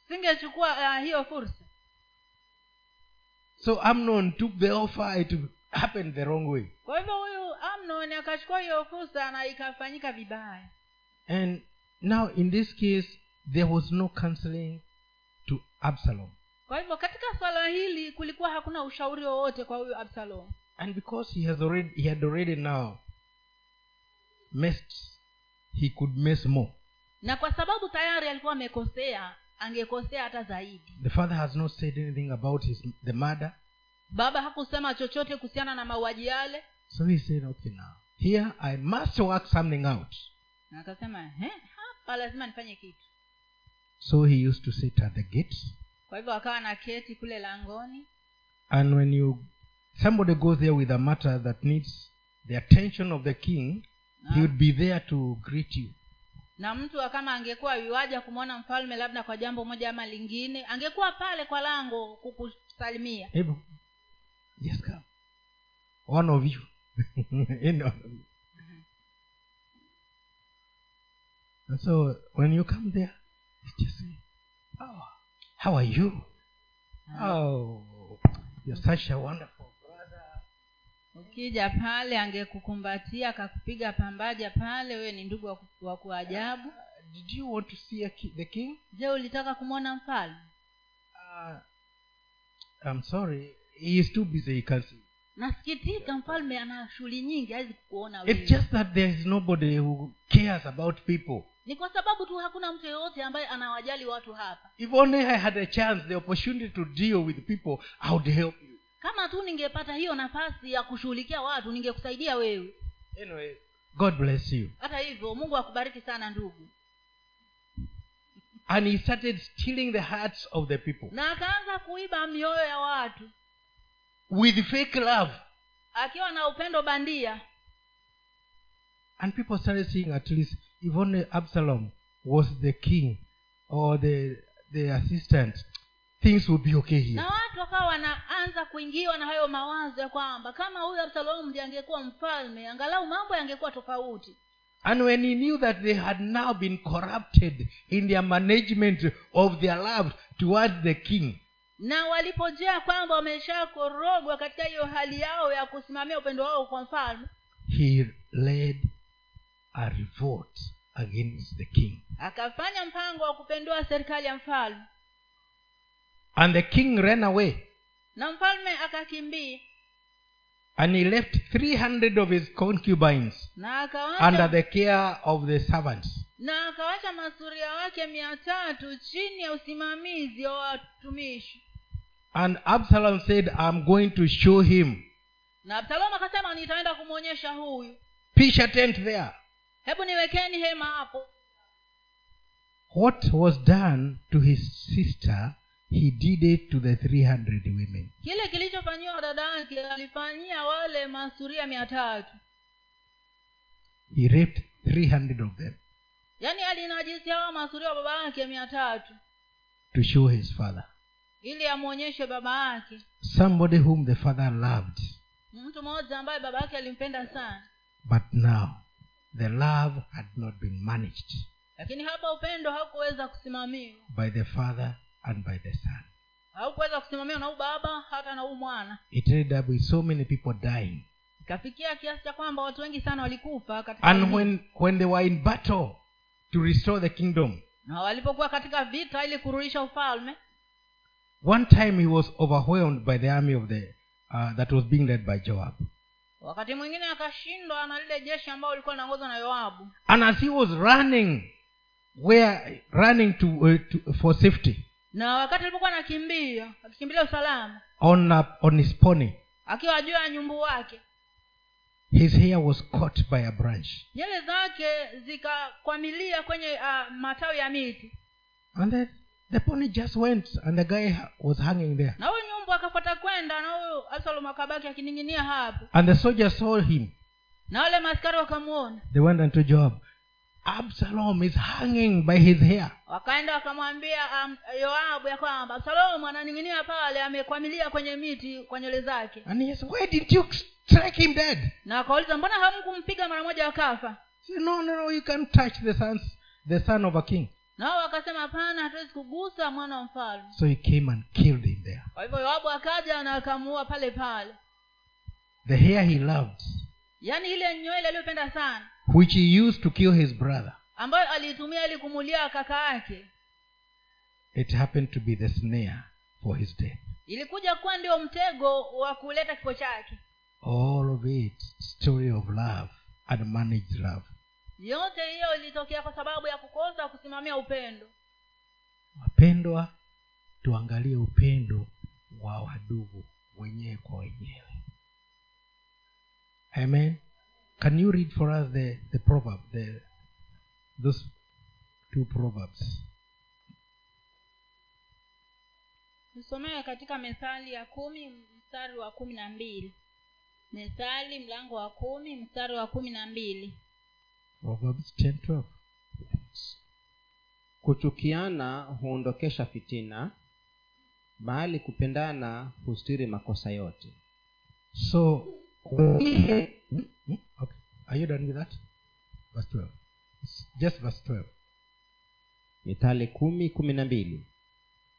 [SPEAKER 2] singechukua uh, hiyo fursa
[SPEAKER 1] so amnon took the offer it happened the wrong way
[SPEAKER 2] kwa hivyo huyu amnon akachukua hiyo fursa na ikafanyika vibaya
[SPEAKER 1] and now in this case there was no counseling to absalom
[SPEAKER 2] kwa hivyo katika swala hili kulikuwa hakuna ushauri wowote kwa huyu absalom
[SPEAKER 1] and because he has already he had already now messed he could mess more
[SPEAKER 2] na kwa sababu tayari alikuwa amekosea angekosea hata zaidi
[SPEAKER 1] the father has not said anything about his the murder
[SPEAKER 2] baba hakusema chochote kuhusiana na mauaji yale
[SPEAKER 1] so he said okay now here i must work something out
[SPEAKER 2] na akasema "He, hapa lazima nifanye kitu
[SPEAKER 1] so he used to sit at the gate
[SPEAKER 2] kwa hivyo akawa na keti kule langoni
[SPEAKER 1] and when you somebody goes there with a matter that needs the attention of the king he
[SPEAKER 2] na,
[SPEAKER 1] would be there to greet you
[SPEAKER 2] na mtu kama angekuwa yuaja kumwona mfalme labda kwa jambo moja ama lingine angekuwa pale kwa lango kukusalimia
[SPEAKER 1] Abram, yes come one of you Any one of you. and so when you come there you just say oh how are you
[SPEAKER 2] Uh-huh.
[SPEAKER 1] oh you're such a wonderful
[SPEAKER 2] ukija pale angekukumbatia akakupiga pambaja pale wewe ni ndugu wa ku- wa kuajabu
[SPEAKER 1] did you want to see a ki- the king
[SPEAKER 2] je ulitaka kumwona mfalme
[SPEAKER 1] uh, i'm sorry he is too busy he can't see
[SPEAKER 2] nasikitika mfalme ana shughuli nyingi hawezi kukuona
[SPEAKER 1] it's
[SPEAKER 2] wewe
[SPEAKER 1] just that there is nobody who cares about people
[SPEAKER 2] ni kwa sababu tu hakuna mtu yeyote ambaye anawajali watu hapa
[SPEAKER 1] if only i had a chance the opportunity to deal with people i would help you
[SPEAKER 2] kama tu ningepata hiyo nafasi ya kushughulikia watu ningekusaidia wewe
[SPEAKER 1] Anyway, God bless you.
[SPEAKER 2] hata hivyo mungu akubariki sana ndugu
[SPEAKER 1] And he started stealing the hearts of the people
[SPEAKER 2] na akaanza kuiba mioyo ya watu
[SPEAKER 1] with fake love.
[SPEAKER 2] akiwa na upendo bandia
[SPEAKER 1] And people started saying, at least, if only Absalom was the king or the the assistant, things would be okay here.
[SPEAKER 2] na watu wakawa wanaanza kuingiwa na hayo mawazo ya kwamba kama huyu absalomu ndiye angekuwa mfalme angalau mambo yangekuwa tofauti
[SPEAKER 1] And when he knew that they had now been corrupted in their management of their love towards the king,
[SPEAKER 2] na walipojua kwamba wameshakorogwa katika hiyo hali yao ya kusimamia upendo wao kwa mfalme
[SPEAKER 1] he led a revolt against the king
[SPEAKER 2] akafanya mpango wa kupendua serikali ya mfalme
[SPEAKER 1] and the king ran away
[SPEAKER 2] na mfalme akakimbia
[SPEAKER 1] and he left 300 of his concubines
[SPEAKER 2] na
[SPEAKER 1] under
[SPEAKER 2] akawacha
[SPEAKER 1] the care of the servants
[SPEAKER 2] na akawacha masuria wake mia tatu chini ya usimamizi wa watumishi
[SPEAKER 1] and absalom said i'm going to show him
[SPEAKER 2] na absalomu akasema nitaenda kumwonyesha huyu
[SPEAKER 1] pitch a tent there
[SPEAKER 2] hebu niwekeni hema hapo
[SPEAKER 1] what was done to his sister he did it to the 300 women
[SPEAKER 2] kile kilichofanyiwa dada yake alifanyia wale masuria mia tatu
[SPEAKER 1] he raped 300 of them
[SPEAKER 2] yaani alinajisi hawa masuria wa baba yake mia tatu
[SPEAKER 1] to show his father
[SPEAKER 2] ili amwonyeshe baba yake
[SPEAKER 1] somebody whom the father loved
[SPEAKER 2] mtu mmoja ambaye baba yake alimpenda sana
[SPEAKER 1] but now the love had not been managed
[SPEAKER 2] lakini hapa upendo haukuweza kusimamiwa
[SPEAKER 1] by the father and by the son
[SPEAKER 2] haukuweza kusimamiwa na huu baba hata na huu mwana
[SPEAKER 1] it ended up with so many people dying
[SPEAKER 2] ikafikia kiasi cha kwamba watu wengi sana walikufa katika
[SPEAKER 1] and
[SPEAKER 2] vita.
[SPEAKER 1] when when they were in battle to restore the kingdom
[SPEAKER 2] na walipokuwa katika vita ili kurudisha ufalme
[SPEAKER 1] one time he was overwhelmed by the army of the uh, that was being led by joab
[SPEAKER 2] wakati mwingine akashindwa na lile jeshi ambao lilikuwa linaongozwa na yoabu
[SPEAKER 1] and as he was running where running to, uh, to for safety
[SPEAKER 2] na wakati alipokuwa anakimbia akikimbilia usalama
[SPEAKER 1] on uh, on his pony
[SPEAKER 2] akiwa juu ya nyumbu wake
[SPEAKER 1] his hair was caught by a branch
[SPEAKER 2] nywele zake zikakwamilia kwenye uh, matawi ya miti
[SPEAKER 1] and then the pony just went and the guy ha- was hanging there
[SPEAKER 2] na huyu nyumbu akafuata kwenda na huyu absalomu akabaki akining'inia hapo
[SPEAKER 1] and the soldiers saw him
[SPEAKER 2] na wale maaskari wakamuona
[SPEAKER 1] they went unto joab absalom is hanging by his hair
[SPEAKER 2] wakaenda wakamwambia um, yoabu ya kwamba absalomu ananing'inia pale amekwamilia kwenye miti kwa nywele zake
[SPEAKER 1] and he said why didn't you strike him dead
[SPEAKER 2] na wakauliza mbona hamkumpiga mara moja akafa
[SPEAKER 1] He said, no no no you can't touch the sons the son of a king
[SPEAKER 2] nao wakasema hapana hatuwezi kugusa mwana wa mfalme
[SPEAKER 1] so he came and killed him there
[SPEAKER 2] kwa hivyo yoabu akaja na akamuua pale pale
[SPEAKER 1] the hair he loved
[SPEAKER 2] yaani ile nywele aliyopenda sana
[SPEAKER 1] which he used to kill his brother
[SPEAKER 2] ambayo aliitumia ili kumulia kaka yake
[SPEAKER 1] it happened to be the snare for his death
[SPEAKER 2] ilikuja kuwa ndio mtego wa kuleta kifo chake
[SPEAKER 1] all of it story of love unmanaged love
[SPEAKER 2] yote hiyo ilitokea kwa sababu ya kukosa kusimamia upendo
[SPEAKER 1] wapendwa tuangalie upendo wa wadugu wenyewe kwa wenyewe amen can you read for us the, the proverb the, those two proverbs
[SPEAKER 2] tusomewe katika methali ya kumi mstari wa kumi na mbili methali mlango wa kumi mstari wa kumi na mbili
[SPEAKER 1] proverbs 10 12
[SPEAKER 3] kuchukiana huondokesha fitina bali kupendana hustiri makosa yote
[SPEAKER 1] so okay. are you done with that verse 12 It's just verse 12
[SPEAKER 3] mithali kumi kumi na mbili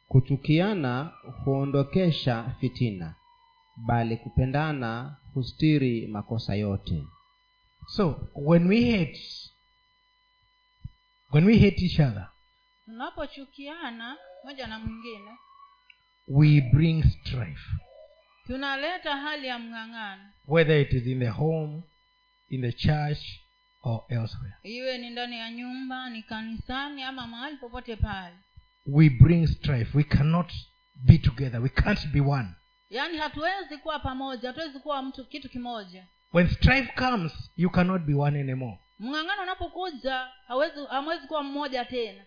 [SPEAKER 3] kuchukiana huondokesha fitina bali kupendana hustiri makosa yote
[SPEAKER 1] so when we hate when we hate each other
[SPEAKER 2] tunapochukiana moja na mwingine
[SPEAKER 1] we bring strife
[SPEAKER 2] tunaleta hali ya mng'ang'ano
[SPEAKER 1] whether it is in the home, in the church, or elsewhere.
[SPEAKER 2] iwe ni ndani ya nyumba ni kanisani ama mahali popote pale
[SPEAKER 1] We bring strife. We cannot be together. We can't be one.
[SPEAKER 2] yaani hatuwezi kuwa pamoja hatuwezi kuwa mtu kitu kimoja
[SPEAKER 1] When strife comes, you cannot be one anymore.
[SPEAKER 2] mng'ang'ano unapokuja hawezi hamwezi kuwa mmoja tena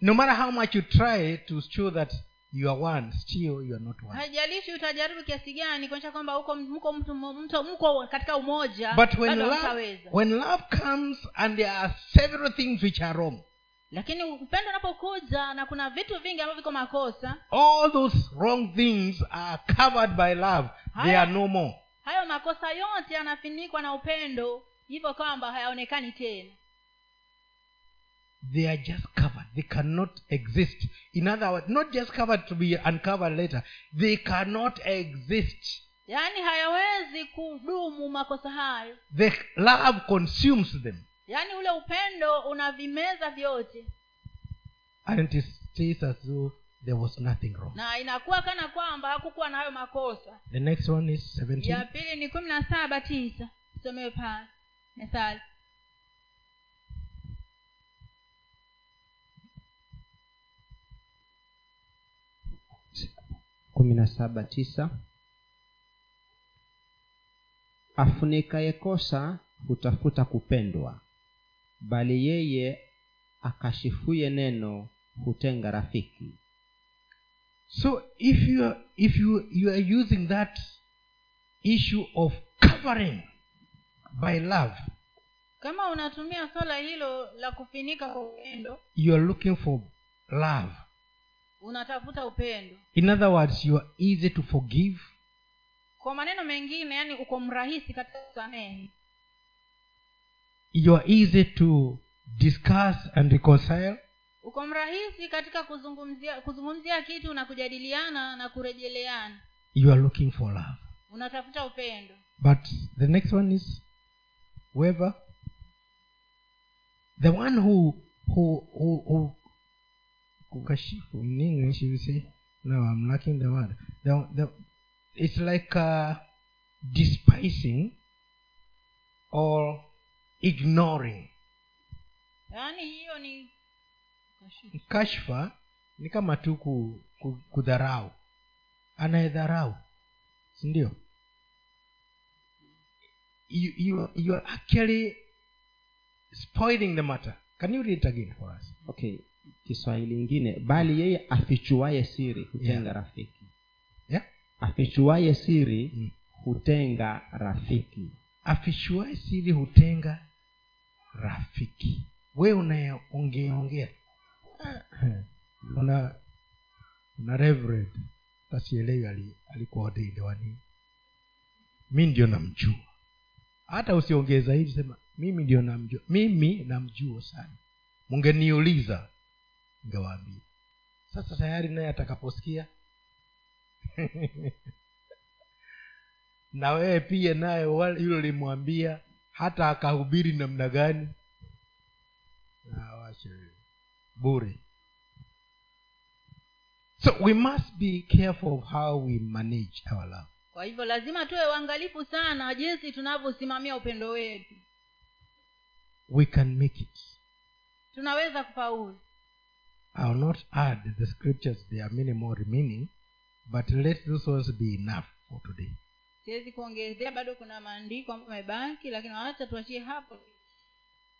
[SPEAKER 1] No matter how much you try to show that you are one, still you are not one.
[SPEAKER 2] haijalishi utajaribu kiasi gani kuonyesha kwamba huko mko mtu mto, mko katika umoja
[SPEAKER 1] But when
[SPEAKER 2] bado
[SPEAKER 1] love,
[SPEAKER 2] hamtaweza.
[SPEAKER 1] when love comes and there are several things which are wrong,
[SPEAKER 2] lakini upendo unapokuja na kuna vitu vingi ambavyo viko makosa
[SPEAKER 1] all those wrong things are covered by love. They
[SPEAKER 2] Haya.
[SPEAKER 1] are no more.
[SPEAKER 2] hayo makosa yote yanafinikwa na upendo hivyo kwamba hayaonekani tena
[SPEAKER 1] They are just covered. they cannot exist in other words not just covered to be uncovered later they cannot exist
[SPEAKER 2] yaani hayawezi kudumu makosa hayo
[SPEAKER 1] the love consumes them
[SPEAKER 2] yaani ule upendo unavimeza vyote
[SPEAKER 1] and it stays as though there was nothing wrong
[SPEAKER 2] na inakuwa kana kwamba hakukuwa na hayo makosa
[SPEAKER 1] the next one is 17
[SPEAKER 2] ya pili ni kumi na saba tisa somewe pale methali
[SPEAKER 3] kumi na saba tisa afunikaye kosa hutafuta kupendwa bali yeye akashifuye neno hutenga rafiki
[SPEAKER 1] so if you are, if you you are using that issue of covering by love
[SPEAKER 2] kama unatumia swala hilo la kufinika kwa upendo
[SPEAKER 1] you are looking for love
[SPEAKER 2] unatafuta upendo
[SPEAKER 1] in other words you are easy to forgive
[SPEAKER 2] kwa maneno mengine yani uko mrahisi katika kusamehe
[SPEAKER 1] you are easy to discuss and reconcile
[SPEAKER 2] uko mrahisi katika kuzungumzia kuzungumzia kitu na kujadiliana na kurejeleana
[SPEAKER 1] you are looking for love
[SPEAKER 2] unatafuta upendo
[SPEAKER 1] But the next one is whoever the one who who who, who kukashifu in English you say no I'm lacking the word the, the it's like uh, despising or ignoring
[SPEAKER 2] yaani hiyo ni Kashifu.
[SPEAKER 1] kashfa ni kama tu ku- ku- kudharau anayedharau sindio you, you, you are actually spoiling the matter can you read it again for us
[SPEAKER 3] okay kiswahili ingine bali yeye afichuaye siri hutenga
[SPEAKER 1] Yeah.
[SPEAKER 3] rafiki
[SPEAKER 1] yeah
[SPEAKER 3] afichuaye siri
[SPEAKER 1] Mm.
[SPEAKER 3] hutenga rafiki
[SPEAKER 1] afishuae siri hutenga rafiki we unayeongeaongea una una reverend tasielewi ali, alikuwa ordained wa nini mi ndio namjua hata usiongee zaidi sema mimi ndio namjua mimi namjua sana mungeniuliza ningewaambia sasa tayari naye atakaposikia na wewe pia naye wale- yule ulimwambia hata akahubiri namna gani Ah, wacha wewe. bure so we must be careful of how we manage our love
[SPEAKER 2] kwa hivyo lazima tuwe uangalifu sana jinsi tunavyosimamia upendo wetu
[SPEAKER 1] we can make it
[SPEAKER 2] tunaweza kufaulu
[SPEAKER 1] i will not add the scriptures there are many more remaining but let those ones be enough for today
[SPEAKER 2] siwezi kuongezea bado kuna maandiko ambayo amebaki lakini wacha tuachie hapo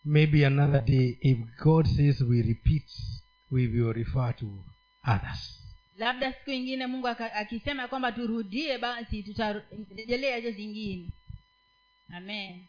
[SPEAKER 1] maybe another day if god says we repeat we will refer to others
[SPEAKER 2] labda siku ingine mungu aka- akisema kwamba turudie basi tutarejelea hizo zingine amen